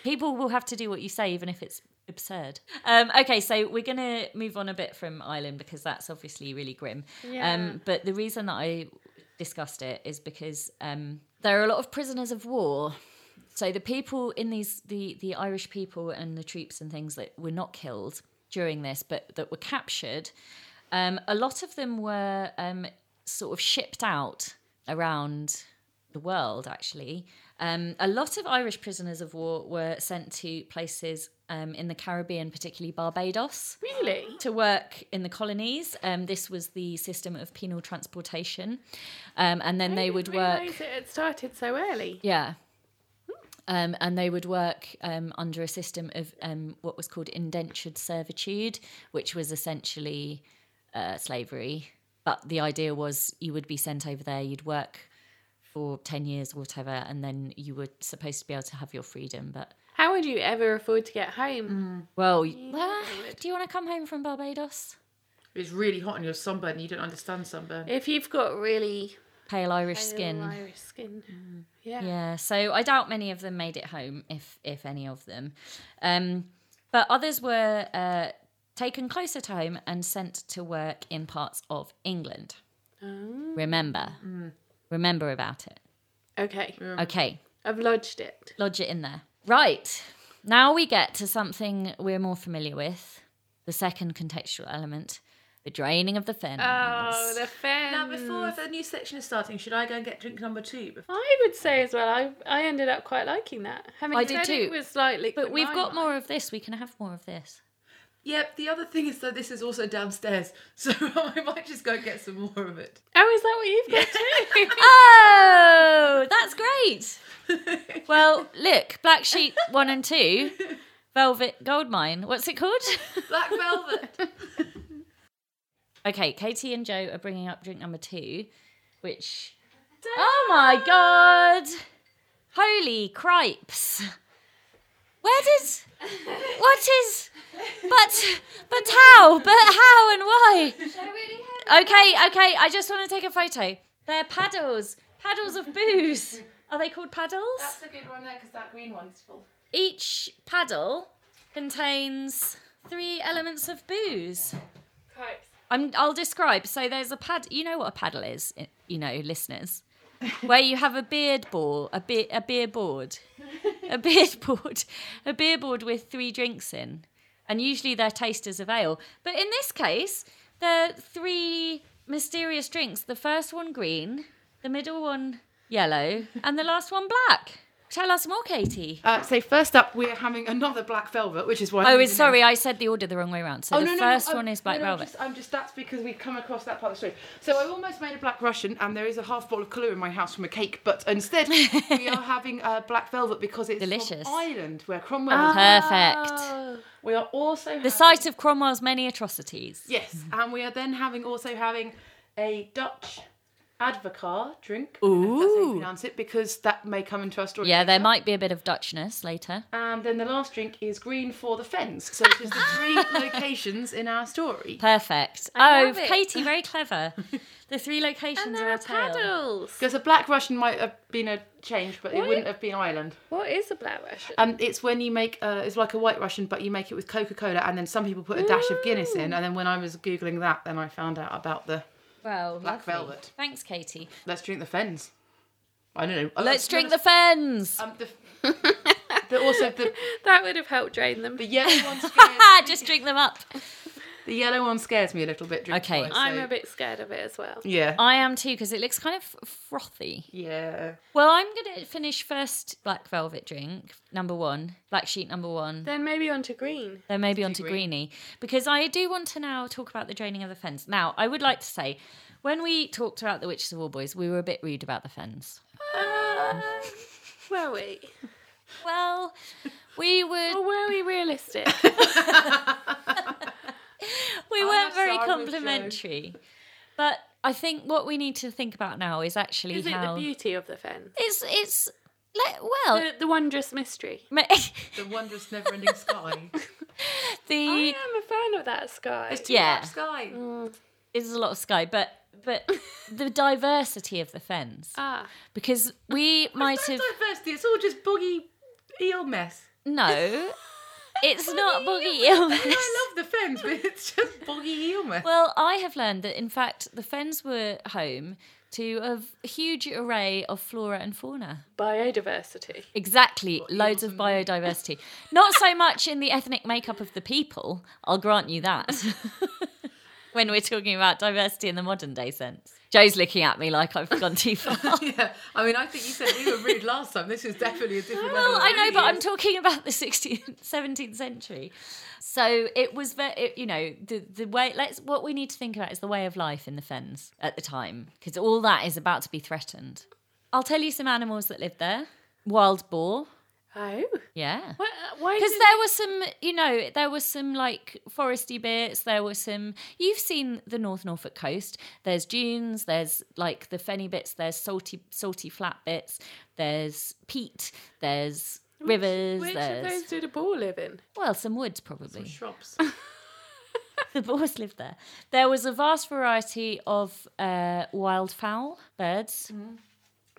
Speaker 1: People will have to do what you say, even if it's absurd. Um, okay, so we're going to move on a bit from Ireland because that's obviously really grim.
Speaker 3: Yeah.
Speaker 1: Um, but the reason that I discussed it is because um, there are a lot of prisoners of war. So the people in these the the Irish people and the troops and things that were not killed during this, but that were captured, um, a lot of them were um, sort of shipped out around the world, actually. Um, a lot of Irish prisoners of war were sent to places um, in the Caribbean, particularly Barbados,
Speaker 3: Really?
Speaker 1: to work in the colonies. Um, this was the system of penal transportation. Um, and then
Speaker 3: Oh,
Speaker 1: they would work.
Speaker 3: Realise it had started so early.
Speaker 1: Yeah. Um, and they would work um, under a system of um, what was called indentured servitude, which was essentially uh, slavery. But the idea was you would be sent over there, you'd work for 10 years or whatever, and then you were supposed to be able to have your freedom. But,
Speaker 3: How would you ever afford to get
Speaker 1: Mm.
Speaker 3: home?
Speaker 1: well, well, do you want to come home from Barbados?
Speaker 2: it's really hot on your sunburn. You don't understand sunburn.
Speaker 3: If you've got really
Speaker 1: Pale Irish
Speaker 3: pale
Speaker 1: skin. Mm.
Speaker 3: Irish skin. Yeah.
Speaker 1: Yeah, so I doubt many of them made it home, if if any of them. Um, but others were uh, taken closer to home and sent to work in parts of England.
Speaker 3: Oh,
Speaker 1: Remember, remember about it.
Speaker 3: okay.
Speaker 1: Okay,
Speaker 3: I've lodged it.
Speaker 1: lodge it in there. Right now we get to something we're more familiar with: the second contextual element, the draining of the fens.
Speaker 3: Oh, the fence.
Speaker 2: Now, before if a new section is starting, should I go and get drink number two?
Speaker 3: I would say as well. I I ended up quite liking that. Having
Speaker 1: I
Speaker 3: said
Speaker 1: did
Speaker 3: It
Speaker 1: too.
Speaker 3: was slightly,
Speaker 1: but we've got more of this. We can have more of
Speaker 3: [laughs]
Speaker 1: this.
Speaker 2: Yep. The other thing is that this is also downstairs, [laughs] so I might just go and get some more of it.
Speaker 3: Oh, is that what
Speaker 1: [laughs]
Speaker 3: you've got too?
Speaker 1: Oh, that's great. Well, look, Black Sheep 1 and 2, Velvet Goldmine. What's it called?
Speaker 2: [laughs] Black velvet.
Speaker 1: Okay, Katie and Joe are bringing up drink number 2, which. Oh my god! Holy cripes! Where did. What is. But. But how? But how and why? Okay, okay, I just want to take a photo. They're paddles. Paddles of booze. Are they called paddles?
Speaker 2: a good one there because that green one's full.
Speaker 1: Each paddle contains three elements of booze. I'm, I'll describe. So there's a pad. You know what a paddle is, i- you know, listeners, where you have a beard ball, a beer, a beer board, a [laughs] beard board, a beer board with three drinks in, and usually they're tasters of ale. But in this case, they're three mysterious drinks. The first one green, the middle one yellow, and the last one black. Tell us more, Katie.
Speaker 2: Uh, so first up, we're having another black velvet, which is why.
Speaker 1: Oh,
Speaker 2: I'm
Speaker 1: it's,
Speaker 2: using
Speaker 1: sorry, I said the order the wrong way around. So
Speaker 2: Oh,
Speaker 1: the
Speaker 2: no, no, no,
Speaker 1: first
Speaker 2: oh,
Speaker 1: one is Black
Speaker 2: no, no, I'm
Speaker 1: Velvet.
Speaker 2: just- I'm just that's because we've come across that part of the story. So I almost made a black Russian, and there is a half bowl of Kahlua in my house from a cake, but instead we
Speaker 1: [laughs]
Speaker 2: are having uh, black velvet because it's
Speaker 1: Delicious.
Speaker 2: from Ireland where Cromwell. was
Speaker 1: Ah. Perfect.
Speaker 2: We are also
Speaker 1: The
Speaker 2: having,
Speaker 1: site of Cromwell's many atrocities.
Speaker 2: yes, and we are then having also having a Dutch advocar drink. if that's how you
Speaker 1: Ooh.
Speaker 2: pronounce it because that may come into our story.
Speaker 1: Yeah, there
Speaker 2: later.
Speaker 1: might be a bit of Dutchness later.
Speaker 3: Uh,
Speaker 2: And then the last drink is green for the fens. So it's just the
Speaker 1: [laughs]
Speaker 2: three locations in our story.
Speaker 1: Perfect.
Speaker 3: I
Speaker 1: oh,
Speaker 3: love it.
Speaker 1: Katie,
Speaker 3: [laughs]
Speaker 1: very clever. The three
Speaker 3: And
Speaker 1: locations
Speaker 3: there
Speaker 1: are
Speaker 3: are
Speaker 1: a paddle.
Speaker 3: paddles.
Speaker 2: Because a black Russian might have been a change, but it
Speaker 3: What?
Speaker 2: wouldn't have been Ireland.
Speaker 3: What is a black
Speaker 1: [laughs]
Speaker 3: Russian?
Speaker 2: Um, it's when you make uh, it's like a white Russian, but you make it with Coca Cola, and then some people put a dash of Guinness in. And then when I was googling that, then I found out about the
Speaker 1: Well,
Speaker 2: Black
Speaker 1: lovely.
Speaker 2: velvet.
Speaker 1: Thanks, Katie.
Speaker 2: let's drink the fens. I don't
Speaker 1: [laughs]
Speaker 2: know.
Speaker 1: Let's drink the fens.
Speaker 2: Um, the, But also
Speaker 1: [laughs]
Speaker 2: the,
Speaker 3: That would have helped drain them.
Speaker 2: the yellow one scares
Speaker 1: Just drink them up.
Speaker 2: the yellow one scares me a little bit. drink
Speaker 1: Okay.
Speaker 2: wise, so-
Speaker 3: I'm a bit scared of it as well.
Speaker 2: Yeah.
Speaker 1: I am too because it looks kind of frothy.
Speaker 2: yeah.
Speaker 1: Well, I'm gonna finish first black velvet drink number one, black sheet number one.
Speaker 3: Then maybe onto [laughs] green.
Speaker 1: Then maybe onto
Speaker 2: green.
Speaker 1: Greenie because I do want to now talk about the draining of the fens. Now, I would like to say, when we talked about the Witches of All Boys, we were a bit rude about the fens.
Speaker 3: Were we?
Speaker 1: Well, we were
Speaker 3: Or were we [laughs] realistic?
Speaker 1: we
Speaker 2: I'm
Speaker 1: weren't very
Speaker 2: sorry, Joe.
Speaker 1: complimentary, but I think what we need to think about now is actually
Speaker 3: Is it
Speaker 1: how
Speaker 3: the beauty of the fen?
Speaker 1: it's it's like well
Speaker 3: The, the wondrous mystery.
Speaker 1: [laughs] ma-
Speaker 2: The wondrous never ending [laughs] sky.
Speaker 1: the
Speaker 3: I am a fan of that sky.
Speaker 2: There's too
Speaker 1: Yeah. Mm,
Speaker 2: much sky.
Speaker 1: is a lot of sky, but but the diversity of the fens
Speaker 3: Ah,
Speaker 1: because we might
Speaker 2: It's
Speaker 1: have
Speaker 2: not diversity, it's all just boggy eel mess.
Speaker 1: no, it's not boggy [laughs] illness.
Speaker 2: I love the fens, but it's just boggy eel mess.
Speaker 1: Well, I have learned that in fact the fens were home to a v- huge array of flora and fauna.
Speaker 3: biodiversity.
Speaker 1: Exactly, loads of [laughs] biodiversity. Not so much in the ethnic makeup of the people, I'll grant you that. [laughs] when we're talking about diversity in the modern day sense. Joe's looking at me like I've gone too far. well,
Speaker 2: [laughs] yeah. I mean, I think you said we were rude last time. This is definitely a different level. of
Speaker 1: I know, but
Speaker 2: rude.
Speaker 1: I'm talking about the 16th, 17th century. So it was, ve- it, you know, the the way. Let's what we need to think about is the way of life in the fens at the time, because all that is about to be threatened. I'll tell you some animals that lived there. Wild boar,
Speaker 3: Oh,
Speaker 1: yeah.
Speaker 3: Why- why?
Speaker 1: Because
Speaker 3: did-
Speaker 1: there were some, you know, there were some like foresty bits. There were some. You've seen the North Norfolk coast. There's dunes. There's like the fenny bits. There's salty, salty flat bits. There's peat. There's rivers.
Speaker 3: Which of
Speaker 1: there's
Speaker 3: those did a ball live in?
Speaker 1: well, some woods probably.
Speaker 2: Shrubs.
Speaker 1: [laughs] the boars lived there. There was a vast variety of uh, wildfowl, birds.
Speaker 3: Mm-hmm.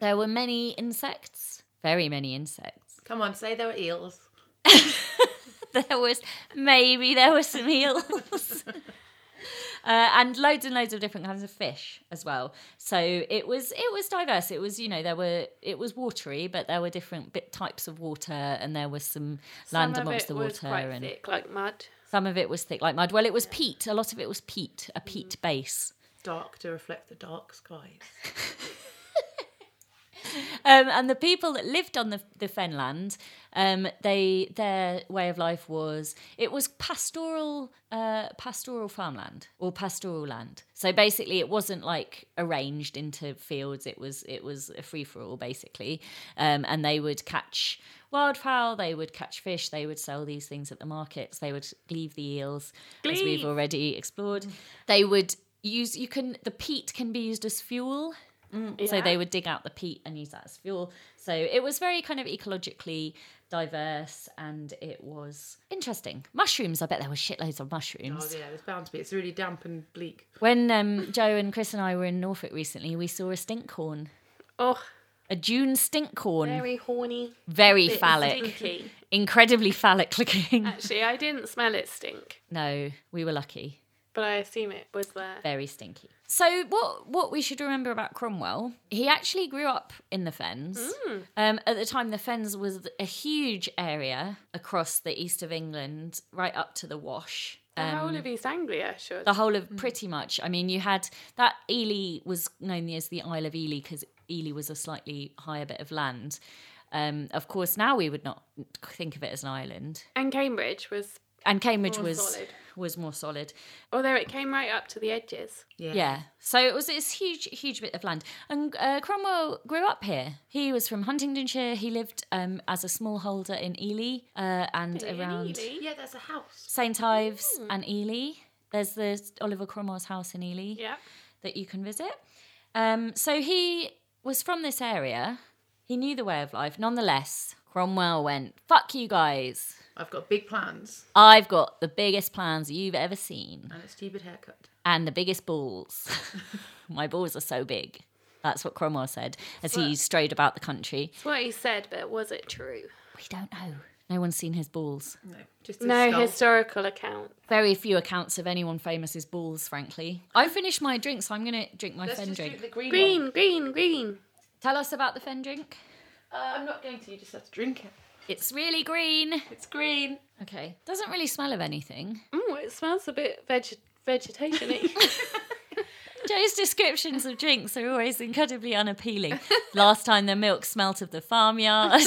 Speaker 1: There were many insects. Very many insects.
Speaker 2: [laughs] Come on, say there were eels.
Speaker 1: there was maybe there were some eels [laughs] uh, and loads and loads of different kinds of fish as well so it was it was diverse it was you know there were it was watery but there were different bit types of water and there was some land
Speaker 3: Some of
Speaker 1: amongst
Speaker 3: it
Speaker 1: the
Speaker 3: was
Speaker 1: water
Speaker 3: quite
Speaker 1: and
Speaker 3: thick, like mud.
Speaker 1: some of it was thick like mud well it was peat a lot of it was peat
Speaker 3: Mm.
Speaker 1: a peat base
Speaker 2: Dark to reflect the dark skies.
Speaker 1: um, and the people that lived on the, the fenland um, they their way of life was it was pastoral uh, pastoral farmland or pastoral land so basically it wasn't like arranged into fields it was it was a free-for-all basically um, and they would catch wildfowl they would catch fish they would sell these things at the markets they would leave the eels as we've
Speaker 3: Gleave.
Speaker 1: already explored they would use you can the peat can be used as fuel so
Speaker 3: Yeah.
Speaker 1: they would dig out the peat and use that as fuel. So it was very kind of ecologically diverse and it was interesting. Mushrooms, I bet there were shitloads of mushrooms.
Speaker 2: Oh, yeah, there's bound to be. It's really damp and bleak.
Speaker 1: When um, Joe and Chris and I were in Norfolk recently, we saw a stink corn,
Speaker 3: Oh,
Speaker 1: a June stink corn.
Speaker 3: very horny,
Speaker 1: Very,
Speaker 3: bit
Speaker 1: phallic,
Speaker 3: [laughs] stinky.
Speaker 1: incredibly phallic looking. [laughs]
Speaker 3: Actually, I didn't smell it stink,
Speaker 1: no, we were lucky.
Speaker 3: but I assume it was there.
Speaker 1: very stinky. So what what we should remember about Cromwell? He actually grew up in the Fens.
Speaker 3: Mm.
Speaker 1: Um, at the time, the Fens was a huge area across the east of England, right up to the Wash.
Speaker 3: The
Speaker 1: Um,
Speaker 3: whole of East Anglia, sure.
Speaker 1: the whole of pretty much. I mean, you had that Ely was known as the Isle of Ely because Ely was a slightly higher bit of land. Um, of course, now we would not think of it as an island,
Speaker 3: And Cambridge was,
Speaker 1: and Cambridge
Speaker 3: More
Speaker 1: was
Speaker 3: solid.
Speaker 1: was more solid.
Speaker 3: although it came right up to the edges.
Speaker 1: Yeah. So it was this huge, huge bit of land. And uh, Cromwell grew up here. He was from Huntingdonshire. He lived um, as a smallholder in Ely uh, and around
Speaker 3: Really?
Speaker 2: Yeah, there's a house.
Speaker 1: St. Ives and Ely. There's the Oliver Cromwell's house in Ely
Speaker 3: Yeah.
Speaker 1: that you can visit. Um, so he was from this area. He knew the way of life. Nonetheless, Cromwell went, fuck you guys.
Speaker 2: I've got big plans
Speaker 1: I've got the biggest plans you've ever seen.
Speaker 2: and a stupid haircut.
Speaker 1: and the biggest balls. [laughs] My balls are so big. That's what Cromwell said as he strode about the country.
Speaker 3: It's what he said, but was it true?
Speaker 1: We don't know. No one's seen his balls.
Speaker 2: No, just
Speaker 3: No
Speaker 2: skull.
Speaker 3: historical account.
Speaker 1: Very few accounts of anyone famous's balls, frankly. I finished my drink, so I'm going to drink my
Speaker 2: Let's
Speaker 1: Fen
Speaker 2: just
Speaker 1: drink.
Speaker 2: drink the green, one.
Speaker 3: Green, green, green.
Speaker 1: Tell us about the Fen drink.
Speaker 2: Uh, I'm not going to. You just have to drink it.
Speaker 1: It's really green.
Speaker 3: It's green.
Speaker 1: Okay. Doesn't really smell of anything.
Speaker 3: Oh, it smells a bit veg- vegetation [laughs]
Speaker 1: Joe's descriptions of drinks are always incredibly unappealing. Last time the milk smelt of the
Speaker 2: [laughs]
Speaker 1: farmyard.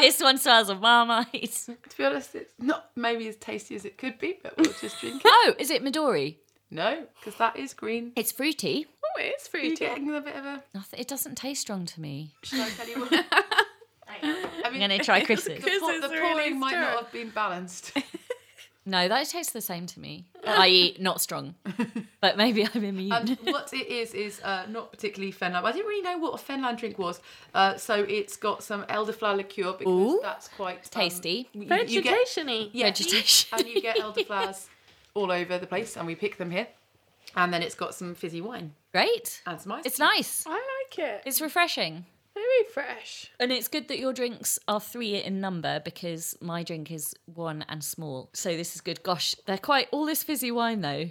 Speaker 1: this one smells of marmite.
Speaker 2: To be honest, it's not maybe as tasty as it could be, but we'll just drink it.
Speaker 1: Oh, is it Midori?
Speaker 2: No, because that is green.
Speaker 1: It's fruity.
Speaker 3: Oh, it is
Speaker 2: You're
Speaker 3: fruity.
Speaker 2: getting a bit of a.
Speaker 1: Nothing- It doesn't taste strong to me.
Speaker 2: Shall I tell
Speaker 1: [laughs]
Speaker 2: you what? I
Speaker 1: I'm
Speaker 2: mean,
Speaker 1: gonna
Speaker 2: [laughs]
Speaker 1: try Chris's.
Speaker 2: the, pour,
Speaker 3: is
Speaker 2: the
Speaker 3: really
Speaker 2: pouring might
Speaker 3: strong.
Speaker 2: not have been balanced.
Speaker 1: No, that tastes the same to me. I.e., not strong. But maybe I'm immune.
Speaker 2: [laughs] Um, what it is is uh, not particularly Fenland. I didn't really know what a Fenland drink was, uh, so it's got some elderflower liqueur because
Speaker 1: Ooh.
Speaker 2: that's quite um,
Speaker 1: Tasty.
Speaker 2: you- you get-
Speaker 3: vegetation y.
Speaker 2: yeah,
Speaker 1: Vegetation.
Speaker 2: and you get elderflowers all over the place, and we pick them here. And then it's got some fizzy wine
Speaker 1: [laughs] Great.
Speaker 2: and some ice.
Speaker 1: It's
Speaker 2: cream.
Speaker 1: nice.
Speaker 3: I like it.
Speaker 1: It's refreshing.
Speaker 3: Very fresh.
Speaker 1: And it's good that your drinks are three in number because my drink is one and small. So this is good. Gosh, they're quite all this fizzy wine though.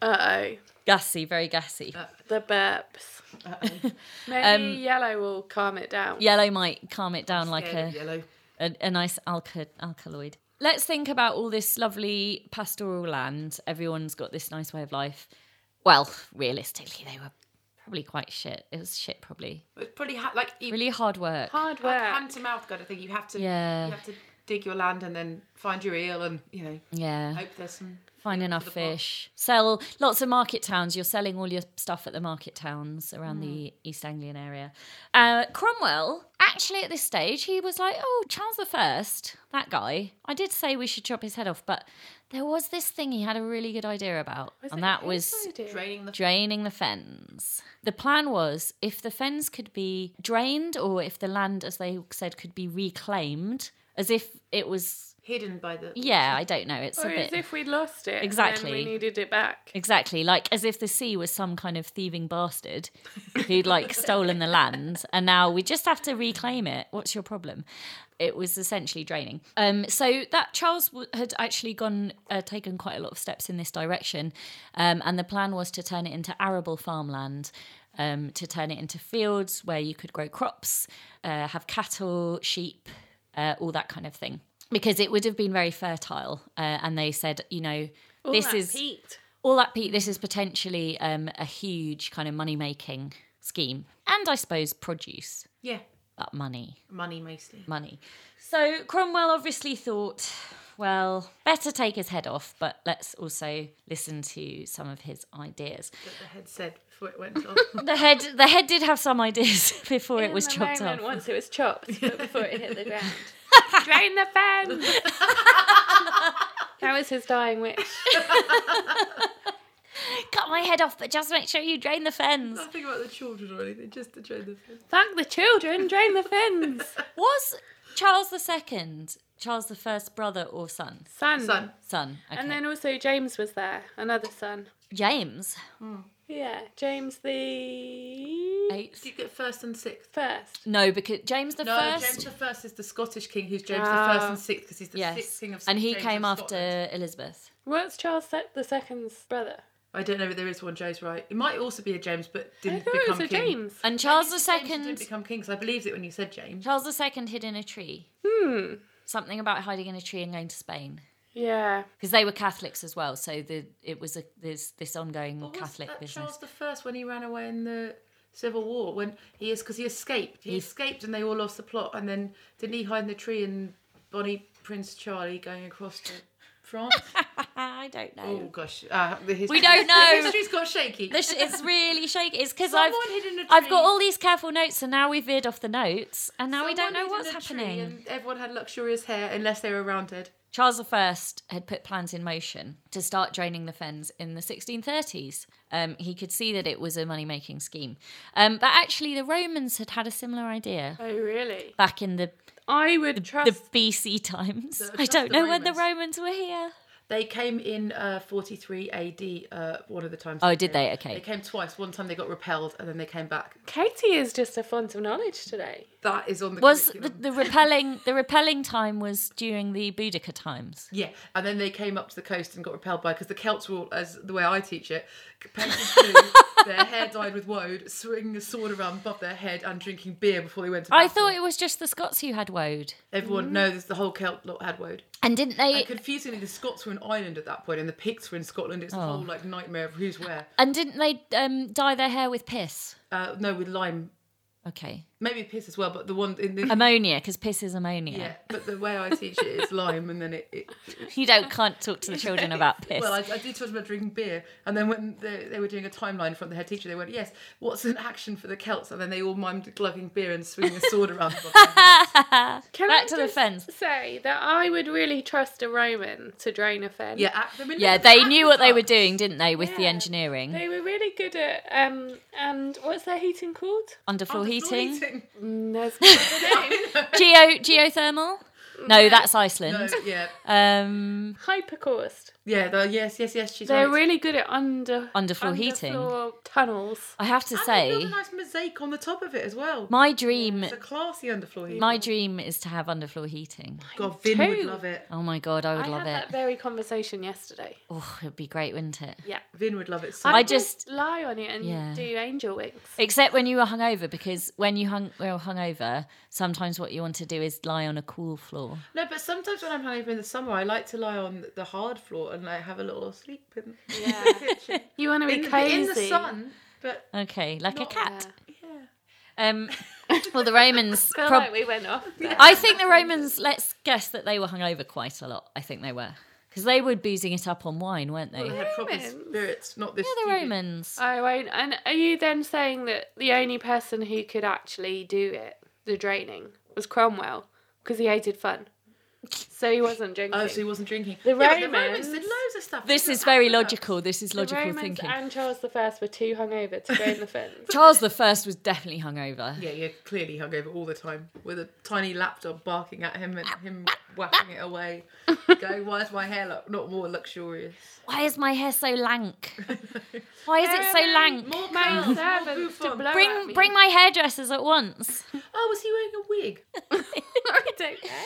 Speaker 3: Uh oh.
Speaker 1: Gassy, very gassy.
Speaker 2: Uh,
Speaker 3: The burps. [laughs] Maybe
Speaker 1: Um,
Speaker 3: yellow will calm it down.
Speaker 1: Yellow might calm it down like
Speaker 2: Scared
Speaker 1: a,
Speaker 2: of yellow.
Speaker 1: a, a nice alka- alkaloid. Let's think about all this lovely pastoral land. Everyone's got this nice way of life. Well, realistically, they were probably quite shit. It was shit, probably.
Speaker 2: It's probably ha- like you,
Speaker 1: Really hard work.
Speaker 3: Hard
Speaker 2: like,
Speaker 3: work.
Speaker 2: hand to mouth kind of thing. You have to,
Speaker 1: Yeah.
Speaker 2: you have to dig your land and then find your eel and you know
Speaker 1: Yeah.
Speaker 2: hope there's some.
Speaker 1: Find enough fish. Sell lots of market towns. You're selling all your stuff at the market towns around the East Anglian area. Uh, Cromwell, actually, at this stage, he was like, oh, Charles the First, that guy. I did say we should chop his head off, but there was this thing he had a really good idea about, and that was
Speaker 2: Draining the
Speaker 1: draining the fens. The plan was if the fens could be drained or if the land, as they said, could be reclaimed, as if it was.
Speaker 2: hidden by the
Speaker 1: Yeah, I don't know. It's
Speaker 3: Or
Speaker 1: a
Speaker 3: as
Speaker 1: bit.
Speaker 3: if we lost it. and then
Speaker 1: Exactly.
Speaker 3: we needed it back.
Speaker 1: Exactly, like as if the sea was some kind of thieving bastard who'd like [laughs] stolen the land and now we just have to reclaim it. What's your problem? It was essentially draining. Um, so that Charles w- had actually gone, uh, taken quite a lot of steps in this direction, um, and the plan was to turn it into arable farmland, um, to turn it into fields where you could grow crops, uh, have cattle, sheep, uh, all that kind of thing. Because it would have been very fertile, uh, and they said, you know,
Speaker 3: All
Speaker 1: this
Speaker 3: that
Speaker 1: is
Speaker 3: peat.
Speaker 1: all that Pete, this is potentially um, a huge kind of money making scheme. And I suppose produce
Speaker 2: yeah
Speaker 1: that money.
Speaker 2: money mostly.
Speaker 1: Money. So Cromwell obviously thought, well, better take his head off, but let's also listen to some of his ideas.
Speaker 2: That the head said before it went off.
Speaker 1: The head the head did have some ideas [laughs] before it
Speaker 3: In
Speaker 1: was
Speaker 3: the
Speaker 1: chopped
Speaker 3: moment,
Speaker 1: off.
Speaker 3: Once it was chopped, but before it hit the ground.
Speaker 1: [laughs]
Speaker 3: Drain the pen. that was his dying wish.
Speaker 1: Cut my head off, but just make sure you drain the
Speaker 3: [laughs]
Speaker 1: fens.
Speaker 2: Nothing about the children or anything, just to drain the food.
Speaker 3: Fuck the children, drain the fins.
Speaker 1: Was Charles the Second Charles the First brother or son?
Speaker 3: Son.
Speaker 2: Son.
Speaker 1: Son. Okay.
Speaker 3: And then also James was there, another son.
Speaker 1: James.
Speaker 3: Yeah, James the
Speaker 1: Eighth.
Speaker 2: Do you get first and sixth?
Speaker 3: first.
Speaker 1: No, because James the
Speaker 2: No,
Speaker 1: First.
Speaker 2: James the First is the Scottish king, who's James the
Speaker 3: Ah.
Speaker 2: First and sixth, because he's the sixth
Speaker 1: yes,
Speaker 2: king of
Speaker 1: and he
Speaker 2: James
Speaker 1: came
Speaker 2: of
Speaker 1: after
Speaker 2: Scotland.
Speaker 1: Elizabeth.
Speaker 3: What's Charles Se- the second's brother?
Speaker 2: I don't know if there is one Joe's right. It might also be a James, but
Speaker 3: I
Speaker 2: didn't
Speaker 3: thought it
Speaker 2: become
Speaker 3: was a
Speaker 2: king.
Speaker 3: James.
Speaker 1: And Charles the
Speaker 2: James didn't
Speaker 1: Second,
Speaker 2: become king, because I believed it when you said James.
Speaker 1: Charles the Second hid in a tree.
Speaker 3: Hmm.
Speaker 1: Something about hiding in a tree and going to Spain
Speaker 3: Yeah.
Speaker 1: because they were Catholics as well. So the it was a this this ongoing
Speaker 2: What was
Speaker 1: Catholic
Speaker 2: that
Speaker 1: business.
Speaker 2: Charles the First when he ran away in the Civil War when he is because he escaped. He, escaped and they all lost the plot. And then didn't he hide in the tree and Bonnie Prince Charlie going across to [laughs]
Speaker 1: [laughs]
Speaker 2: France?
Speaker 1: I don't know.
Speaker 2: oh gosh, uh, [laughs] the history,
Speaker 1: We don't know.
Speaker 2: The history's got shaky.
Speaker 1: This-
Speaker 2: [laughs]
Speaker 1: it's really shaky. It's because I've
Speaker 2: Someone hid in a
Speaker 1: I've got
Speaker 2: tree.
Speaker 1: all these careful notes, and now we've veered off the notes, and now we don't
Speaker 2: Someone
Speaker 1: know
Speaker 2: hid
Speaker 1: what's
Speaker 2: in a tree
Speaker 1: happening.
Speaker 2: And everyone had luxurious hair unless they were rounded.
Speaker 1: Charles I had put plans in motion to start draining the fens in the 1630s. Um, he could see that it was a money making scheme. Um, but actually, the Romans had had a similar idea
Speaker 3: Oh, really?
Speaker 1: back in the,
Speaker 3: I would
Speaker 1: the
Speaker 3: trust.
Speaker 1: BC times.
Speaker 2: The-
Speaker 1: [laughs] I
Speaker 2: just
Speaker 1: don't
Speaker 2: the
Speaker 1: know when the
Speaker 2: Romans.
Speaker 1: Romans were here.
Speaker 2: They came in uh, 43 AD uh, one of the times.
Speaker 1: Oh, did they? Okay.
Speaker 2: They came twice. One time they got repelled and then they came back.
Speaker 3: Katie is just a font of knowledge today.
Speaker 2: That is on the.
Speaker 1: Was the,
Speaker 2: curriculum.
Speaker 1: the repelling the repelling time was during the Boudica times?
Speaker 2: Yeah, and then they came up to the coast and got repelled by because the Celts were, all, as the way I teach it, painted blue,
Speaker 1: [laughs]
Speaker 2: their hair dyed with woad, swinging a sword around above their head, and drinking beer before they went to.
Speaker 1: I
Speaker 2: battle.
Speaker 1: thought it was just the Scots who had woad,
Speaker 2: everyone knows the whole Celt lot had woad.
Speaker 1: and didn't they?
Speaker 2: And confusingly, the Scots were in Ireland at that point, and the Picts were in Scotland. It's the
Speaker 1: Oh.
Speaker 2: whole like nightmare of who's where.
Speaker 1: And didn't they um, dye their hair with piss?
Speaker 2: Uh, no, with lime,
Speaker 1: Okay,
Speaker 2: maybe piss as well, but the one in the
Speaker 1: ammonia because piss is ammonia.
Speaker 2: yeah. But the way I teach it is lime, and then it.
Speaker 1: [laughs]
Speaker 2: it
Speaker 1: You don't can't talk to the children [laughs] about piss.
Speaker 2: well, I, I did talk about drinking beer, and then when they, they were doing a timeline from the head teacher, they went, "Yes, what's an action for the Celts?" And then they all mimed glugging beer and swinging a
Speaker 1: [laughs]
Speaker 2: sword around. above their head.
Speaker 3: Can
Speaker 1: Back
Speaker 3: I
Speaker 1: to the
Speaker 3: just
Speaker 1: fens.
Speaker 3: Say that I would really trust a Roman to drain a fen.
Speaker 2: yeah, at the
Speaker 1: [laughs]
Speaker 2: minute
Speaker 1: yeah,
Speaker 2: it's
Speaker 1: they
Speaker 2: at
Speaker 1: knew
Speaker 2: the
Speaker 1: what they were
Speaker 2: top.
Speaker 1: doing, didn't they, with the
Speaker 3: Yeah.
Speaker 1: engineering
Speaker 3: They were really good at um and what's their heating called?
Speaker 1: underfloor
Speaker 2: Underfloor
Speaker 1: heating,
Speaker 3: Mm, [laughs] there's
Speaker 1: [laughs] geo geothermal. No, that's
Speaker 2: No,
Speaker 1: Iceland.
Speaker 2: yeah,
Speaker 1: Um,
Speaker 3: Hypercaust.
Speaker 2: yeah. The, yes, yes, yes. She's
Speaker 3: They're
Speaker 2: right.
Speaker 3: really good at under
Speaker 1: Underfloor heating.
Speaker 3: underfloor tunnels.
Speaker 1: I have to
Speaker 2: And they build
Speaker 1: say,
Speaker 2: a nice mosaic on the top of it as well.
Speaker 1: my dream,
Speaker 2: it's a classy underfloor heating.
Speaker 1: my dream is to have underfloor heating.
Speaker 2: God, Vin would
Speaker 3: too.
Speaker 2: love it.
Speaker 1: Oh my god, I would
Speaker 3: I
Speaker 1: love
Speaker 3: had that
Speaker 1: it.
Speaker 3: very conversation yesterday.
Speaker 1: Oh, it'd be great, wouldn't it?
Speaker 3: Yeah.
Speaker 2: Vin would love it so.
Speaker 1: I
Speaker 3: would
Speaker 1: just-
Speaker 3: lie on it and
Speaker 1: Yeah.
Speaker 3: do angel wings.
Speaker 1: Except when you were hungover, because when you hung well hungover, sometimes what you want to do is lie on a cool floor.
Speaker 2: No, but sometimes when I'm hungover in the summer, I like to lie on the hard floor and like have a little sleep in,
Speaker 3: Yeah.
Speaker 1: [laughs]
Speaker 2: the kitchen.
Speaker 3: [laughs] You want to be
Speaker 2: in, the,
Speaker 3: cozy
Speaker 2: in the sun. But
Speaker 1: Okay, like
Speaker 2: Not-
Speaker 1: a cat.
Speaker 2: yeah,
Speaker 1: Um, well, the Romans.
Speaker 3: Feel
Speaker 1: prob-
Speaker 3: like we went off. there.
Speaker 1: I think the Romans. Let's guess that they were hungover quite a lot. I think they were because they were boozing it up on wine, weren't they?
Speaker 2: they
Speaker 1: Yeah,
Speaker 2: had proper
Speaker 3: Romans.
Speaker 2: spirits, not this.
Speaker 1: the
Speaker 2: stupid-
Speaker 1: Romans.
Speaker 3: I won't. And are you then saying that the only person who could actually do it, the draining, was Cromwell because he hated fun, so he wasn't drinking.
Speaker 2: Oh, so he wasn't drinking.
Speaker 3: The
Speaker 2: Yeah, but the
Speaker 3: Romans-
Speaker 2: Romans did loads of stuff.
Speaker 1: This
Speaker 2: Look
Speaker 1: is
Speaker 2: at
Speaker 1: very
Speaker 2: Africa.
Speaker 1: logical. This is
Speaker 3: the
Speaker 1: logical
Speaker 3: Romans
Speaker 1: thinking.
Speaker 3: and Charles the First were too hungover to drain the fins.
Speaker 1: [laughs]
Speaker 3: [laughs]
Speaker 1: Charles the First was definitely hungover.
Speaker 2: Yeah, you're clearly hungover all the time with a tiny lapdog barking at him and him whacking
Speaker 1: [laughs]
Speaker 2: it away. Going, why is my hair look, not more luxurious? Oh,
Speaker 1: Why is my hair so lank? Why is it so lank?
Speaker 2: More
Speaker 3: My
Speaker 2: curls, more
Speaker 3: servants to
Speaker 2: bouffant.
Speaker 3: blow at me.
Speaker 1: Bring
Speaker 3: [laughs]
Speaker 1: bring my hairdressers at once.
Speaker 2: Oh, was he wearing a wig?
Speaker 3: I don't know.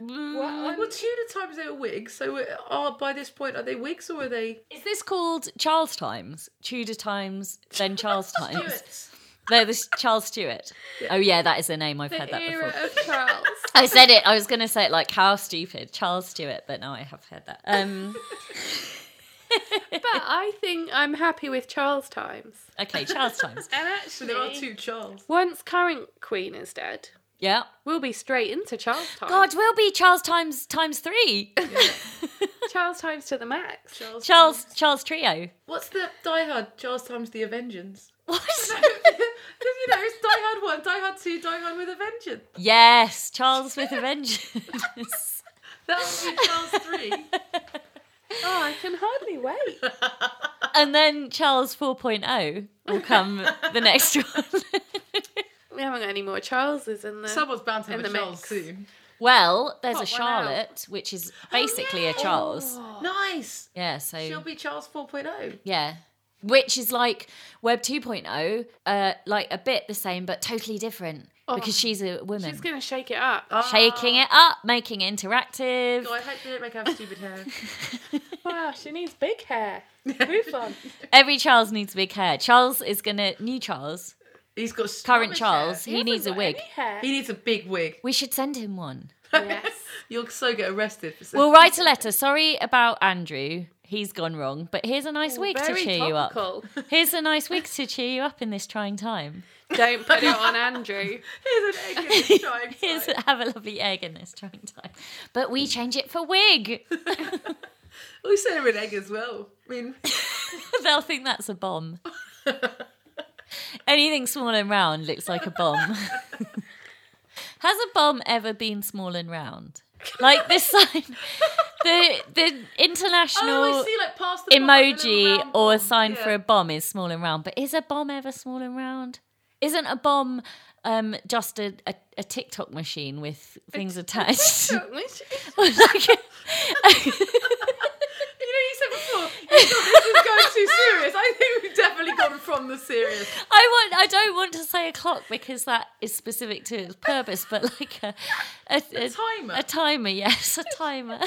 Speaker 1: Um,
Speaker 3: What,
Speaker 2: Well, Tudor times they were wigs, so uh, are by this point are they wigs or are they
Speaker 1: Is this called Charles times? Tudor times, then
Speaker 3: [laughs]
Speaker 1: Charles times.
Speaker 2: Stuarts?
Speaker 1: They're this Charles Stewart. Oh yeah, that is the name. I've heard
Speaker 3: the
Speaker 1: that before.
Speaker 3: era of Charles. [laughs]
Speaker 1: I said it. I was going to say it like how stupid Charles Stewart, but now I have heard that. Um,
Speaker 3: but I think I'm happy with Charles times.
Speaker 1: okay, Charles times.
Speaker 3: And
Speaker 2: So there are
Speaker 3: actually,
Speaker 2: two Charles.
Speaker 3: once current queen is dead,
Speaker 1: Yeah.
Speaker 3: we'll be straight into Charles times.
Speaker 1: God, we'll be Charles times times three.
Speaker 3: Charles times to the max.
Speaker 2: Charles.
Speaker 1: [laughs] Charles Charles trio.
Speaker 2: What's the Die Hard Charles times the Avengeance? [laughs]
Speaker 1: What?
Speaker 2: Because you know it's Die Hard one, Die Hard two, Die Hard with a Vengeance.
Speaker 1: Yes, Charles with a [laughs] vengeance.
Speaker 2: That would be Charles three.
Speaker 3: Oh, I can hardly wait.
Speaker 1: and then Charles 4.0 will come the next one. [laughs]
Speaker 3: We haven't got any more Charleses in
Speaker 2: [laughs]
Speaker 3: the.
Speaker 2: Someone's bound to have
Speaker 3: In
Speaker 2: a
Speaker 3: the
Speaker 2: Charles
Speaker 3: mix.
Speaker 2: soon.
Speaker 1: well, there's a
Speaker 3: Pop one out.
Speaker 1: Charlotte, which is basically
Speaker 2: yeah.
Speaker 1: a Charles.
Speaker 2: Oh. Nice.
Speaker 1: Yeah, so
Speaker 2: She'll be Charles oh. 4.0.
Speaker 1: Yeah. Which is like Web 2.0, uh, like a bit the same, but totally different because she's a woman.
Speaker 3: Oh. She's going to shake it up.
Speaker 1: Shaking Ah. it up, making it interactive.
Speaker 2: Oh, I hope they don't make her have stupid hair.
Speaker 3: Wow, Oh, she needs big hair. Move on.
Speaker 1: [laughs]
Speaker 3: [laughs]
Speaker 1: Every Charles needs big hair. Charles is gonna new Charles,
Speaker 2: He's got
Speaker 1: current
Speaker 2: snobbish
Speaker 1: Charles.
Speaker 2: hair.
Speaker 1: He needs a wig.
Speaker 3: Any hair.
Speaker 2: He needs a big wig.
Speaker 1: We should send him one.
Speaker 3: Yes.
Speaker 2: [laughs] You'll so get arrested. For
Speaker 1: We'll write a letter. Sorry about Andrew. He's gone wrong, but here's a nice wig to
Speaker 3: Oh, Very
Speaker 1: cheer
Speaker 3: topical.
Speaker 1: you up. [laughs] Here's a nice wig to cheer you up in this trying time.
Speaker 3: [laughs] Don't put it on Andrew.
Speaker 2: Here's an egg in his drawing
Speaker 1: [laughs] Here's
Speaker 2: side.
Speaker 1: have a lovely egg in this trying time. But we change it for wig.
Speaker 2: We sent her an egg as well. I mean,
Speaker 1: [laughs] They'll think that's a bomb. Anything small and round looks like a bomb. [laughs] Has a bomb ever been small and round? Like this [laughs] sign, the the
Speaker 2: oh, I
Speaker 1: international
Speaker 2: see, like past the bottom, a little
Speaker 1: emoji
Speaker 2: round
Speaker 1: or
Speaker 2: one.
Speaker 1: sign for
Speaker 2: Yeah.
Speaker 1: a bomb is small and round. But is a bomb ever small and round? Isn't a bomb um, just a, a, a TikTok [laughs] machine with things attached?
Speaker 3: Don't we?
Speaker 2: [laughs]
Speaker 1: Like- clock because that is specific to its purpose, but like a, a, a,
Speaker 4: timer.
Speaker 1: A timer, yes, a timer.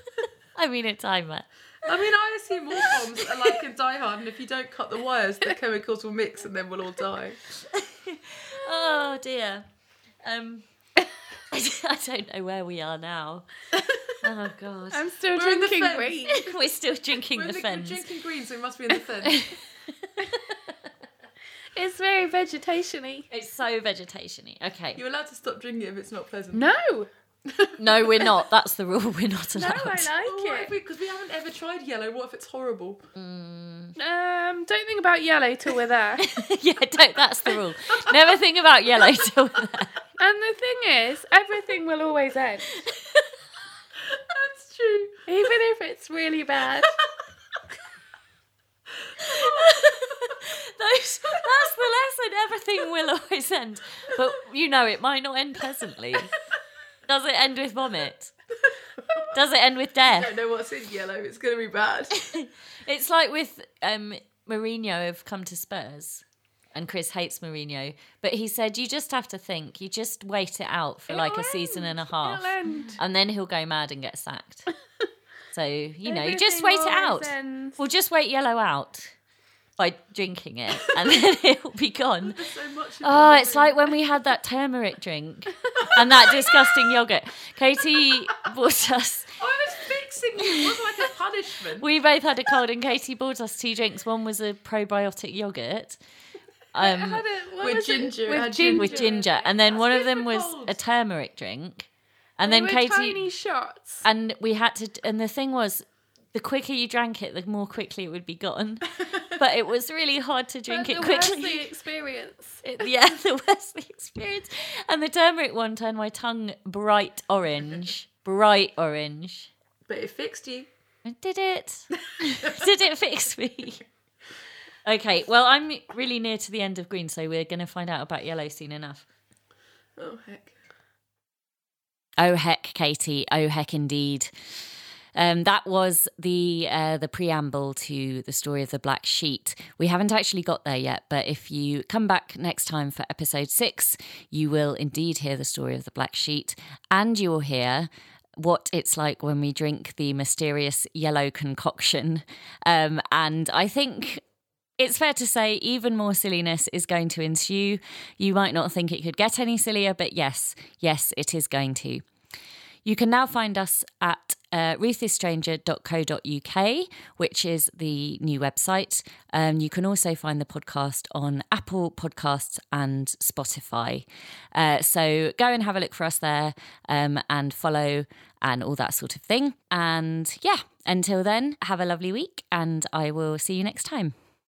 Speaker 1: [laughs] I mean, a timer.
Speaker 4: I mean, I assume all bombs are like in Die Hard, and if you don't cut the wires, the chemicals will mix, and then we'll all die.
Speaker 1: Oh dear. Um, I, [laughs] I don't know where we are now. Oh god.
Speaker 3: [laughs] I'm still
Speaker 4: We're in the
Speaker 3: drinking
Speaker 4: fence.
Speaker 3: green.
Speaker 1: [laughs] We're still drinking
Speaker 4: We're, in
Speaker 1: the
Speaker 4: the, we're
Speaker 1: fens.
Speaker 4: drinking green, so we must be in the fence.
Speaker 1: [laughs]
Speaker 3: It's very vegetation-y.
Speaker 1: It's so vegetation-y. Okay.
Speaker 4: You're allowed to stop drinking if it's not pleasant.
Speaker 3: No,
Speaker 1: No, we're not. That's the rule. We're not
Speaker 3: no,
Speaker 1: allowed.
Speaker 4: Oh,
Speaker 3: I
Speaker 4: what
Speaker 3: like
Speaker 4: if we, because we haven't ever tried yellow. What if it's horrible?
Speaker 3: it. Um, don't think about yellow till we're there. [laughs]
Speaker 1: [laughs] yeah, don't, that's the rule. Never think about yellow till we're there.
Speaker 3: and the thing is, everything will always end,
Speaker 4: That's true.
Speaker 3: even if it's really [laughs] bad.
Speaker 1: [laughs] Those, that's the lesson. Everything will always end, but you know it might not end pleasantly. Does it end with vomit? Does it end with
Speaker 4: I
Speaker 1: death?
Speaker 4: don't know what's in yellow. It's going to
Speaker 1: [laughs]
Speaker 4: be bad.
Speaker 1: It's like with um, Mourinho of Come to Spurs, and Chris hates Mourinho, but he said you just have to think, you just wait it out for like a season and a half,
Speaker 3: It'll end.
Speaker 1: and then he'll go mad and get
Speaker 3: [laughs]
Speaker 1: sacked. So you know, you just
Speaker 3: Everything
Speaker 1: wait it out.
Speaker 3: always ends.
Speaker 1: We'll just wait yellow out by drinking it, [laughs] and then it'll be
Speaker 3: [laughs]
Speaker 1: gone.
Speaker 4: There's so much. in
Speaker 1: Oh,
Speaker 4: it.
Speaker 1: it's like when we had that turmeric drink and that disgusting yogurt. Katie bought us.
Speaker 4: I was fixing it. It was like a
Speaker 1: [laughs]
Speaker 4: punishment.
Speaker 1: We both had a cold, and Katie bought us two drinks. One was a probiotic yogurt. Um,
Speaker 3: Had it- what
Speaker 4: With
Speaker 3: was it?
Speaker 4: ginger,
Speaker 3: Mm. With
Speaker 4: had
Speaker 3: ginger.
Speaker 1: with ginger, and then one of
Speaker 4: good
Speaker 1: them
Speaker 4: for
Speaker 1: was a
Speaker 4: colds.
Speaker 1: turmeric drink, and
Speaker 3: They
Speaker 1: then
Speaker 3: were
Speaker 1: Katie
Speaker 3: tiny shots.
Speaker 1: and we had to. And the thing was, the quicker you drank it, the more quickly it would be
Speaker 3: [laughs]
Speaker 1: gone. But it was really hard to drink
Speaker 3: But
Speaker 1: it
Speaker 3: the
Speaker 1: quickly. [laughs]
Speaker 3: worse the experience.
Speaker 1: It, [laughs] yeah, the worst experience. And the turmeric one turned my tongue bright orange. Bright orange.
Speaker 4: But it fixed you.
Speaker 1: Did it? Did it fix me? Okay, well, I'm really near to the end of green, so we're going to find out about yellow soon enough.
Speaker 4: Oh heck.
Speaker 1: Oh heck, Katie. Oh heck, indeed. Um, that was the uh, the preamble to the story of the black sheet. We haven't actually got there yet, but if you come back next time for episode six, you will indeed hear the story of the black sheet, and you'll hear what it's like when we drink the mysterious yellow concoction. Um, and I think it's fair to say even more silliness is going to ensue. You might not think it could get any sillier, but yes, yes, it is going to. You can now find us at uh, ruthisstranger.co.uk, which is the new website. Um, you can also find the podcast on Apple Podcasts and Spotify. Uh, so go and have a look for us there um, and follow and all that sort of thing. And yeah, until then, have a lovely week and I will see you next time.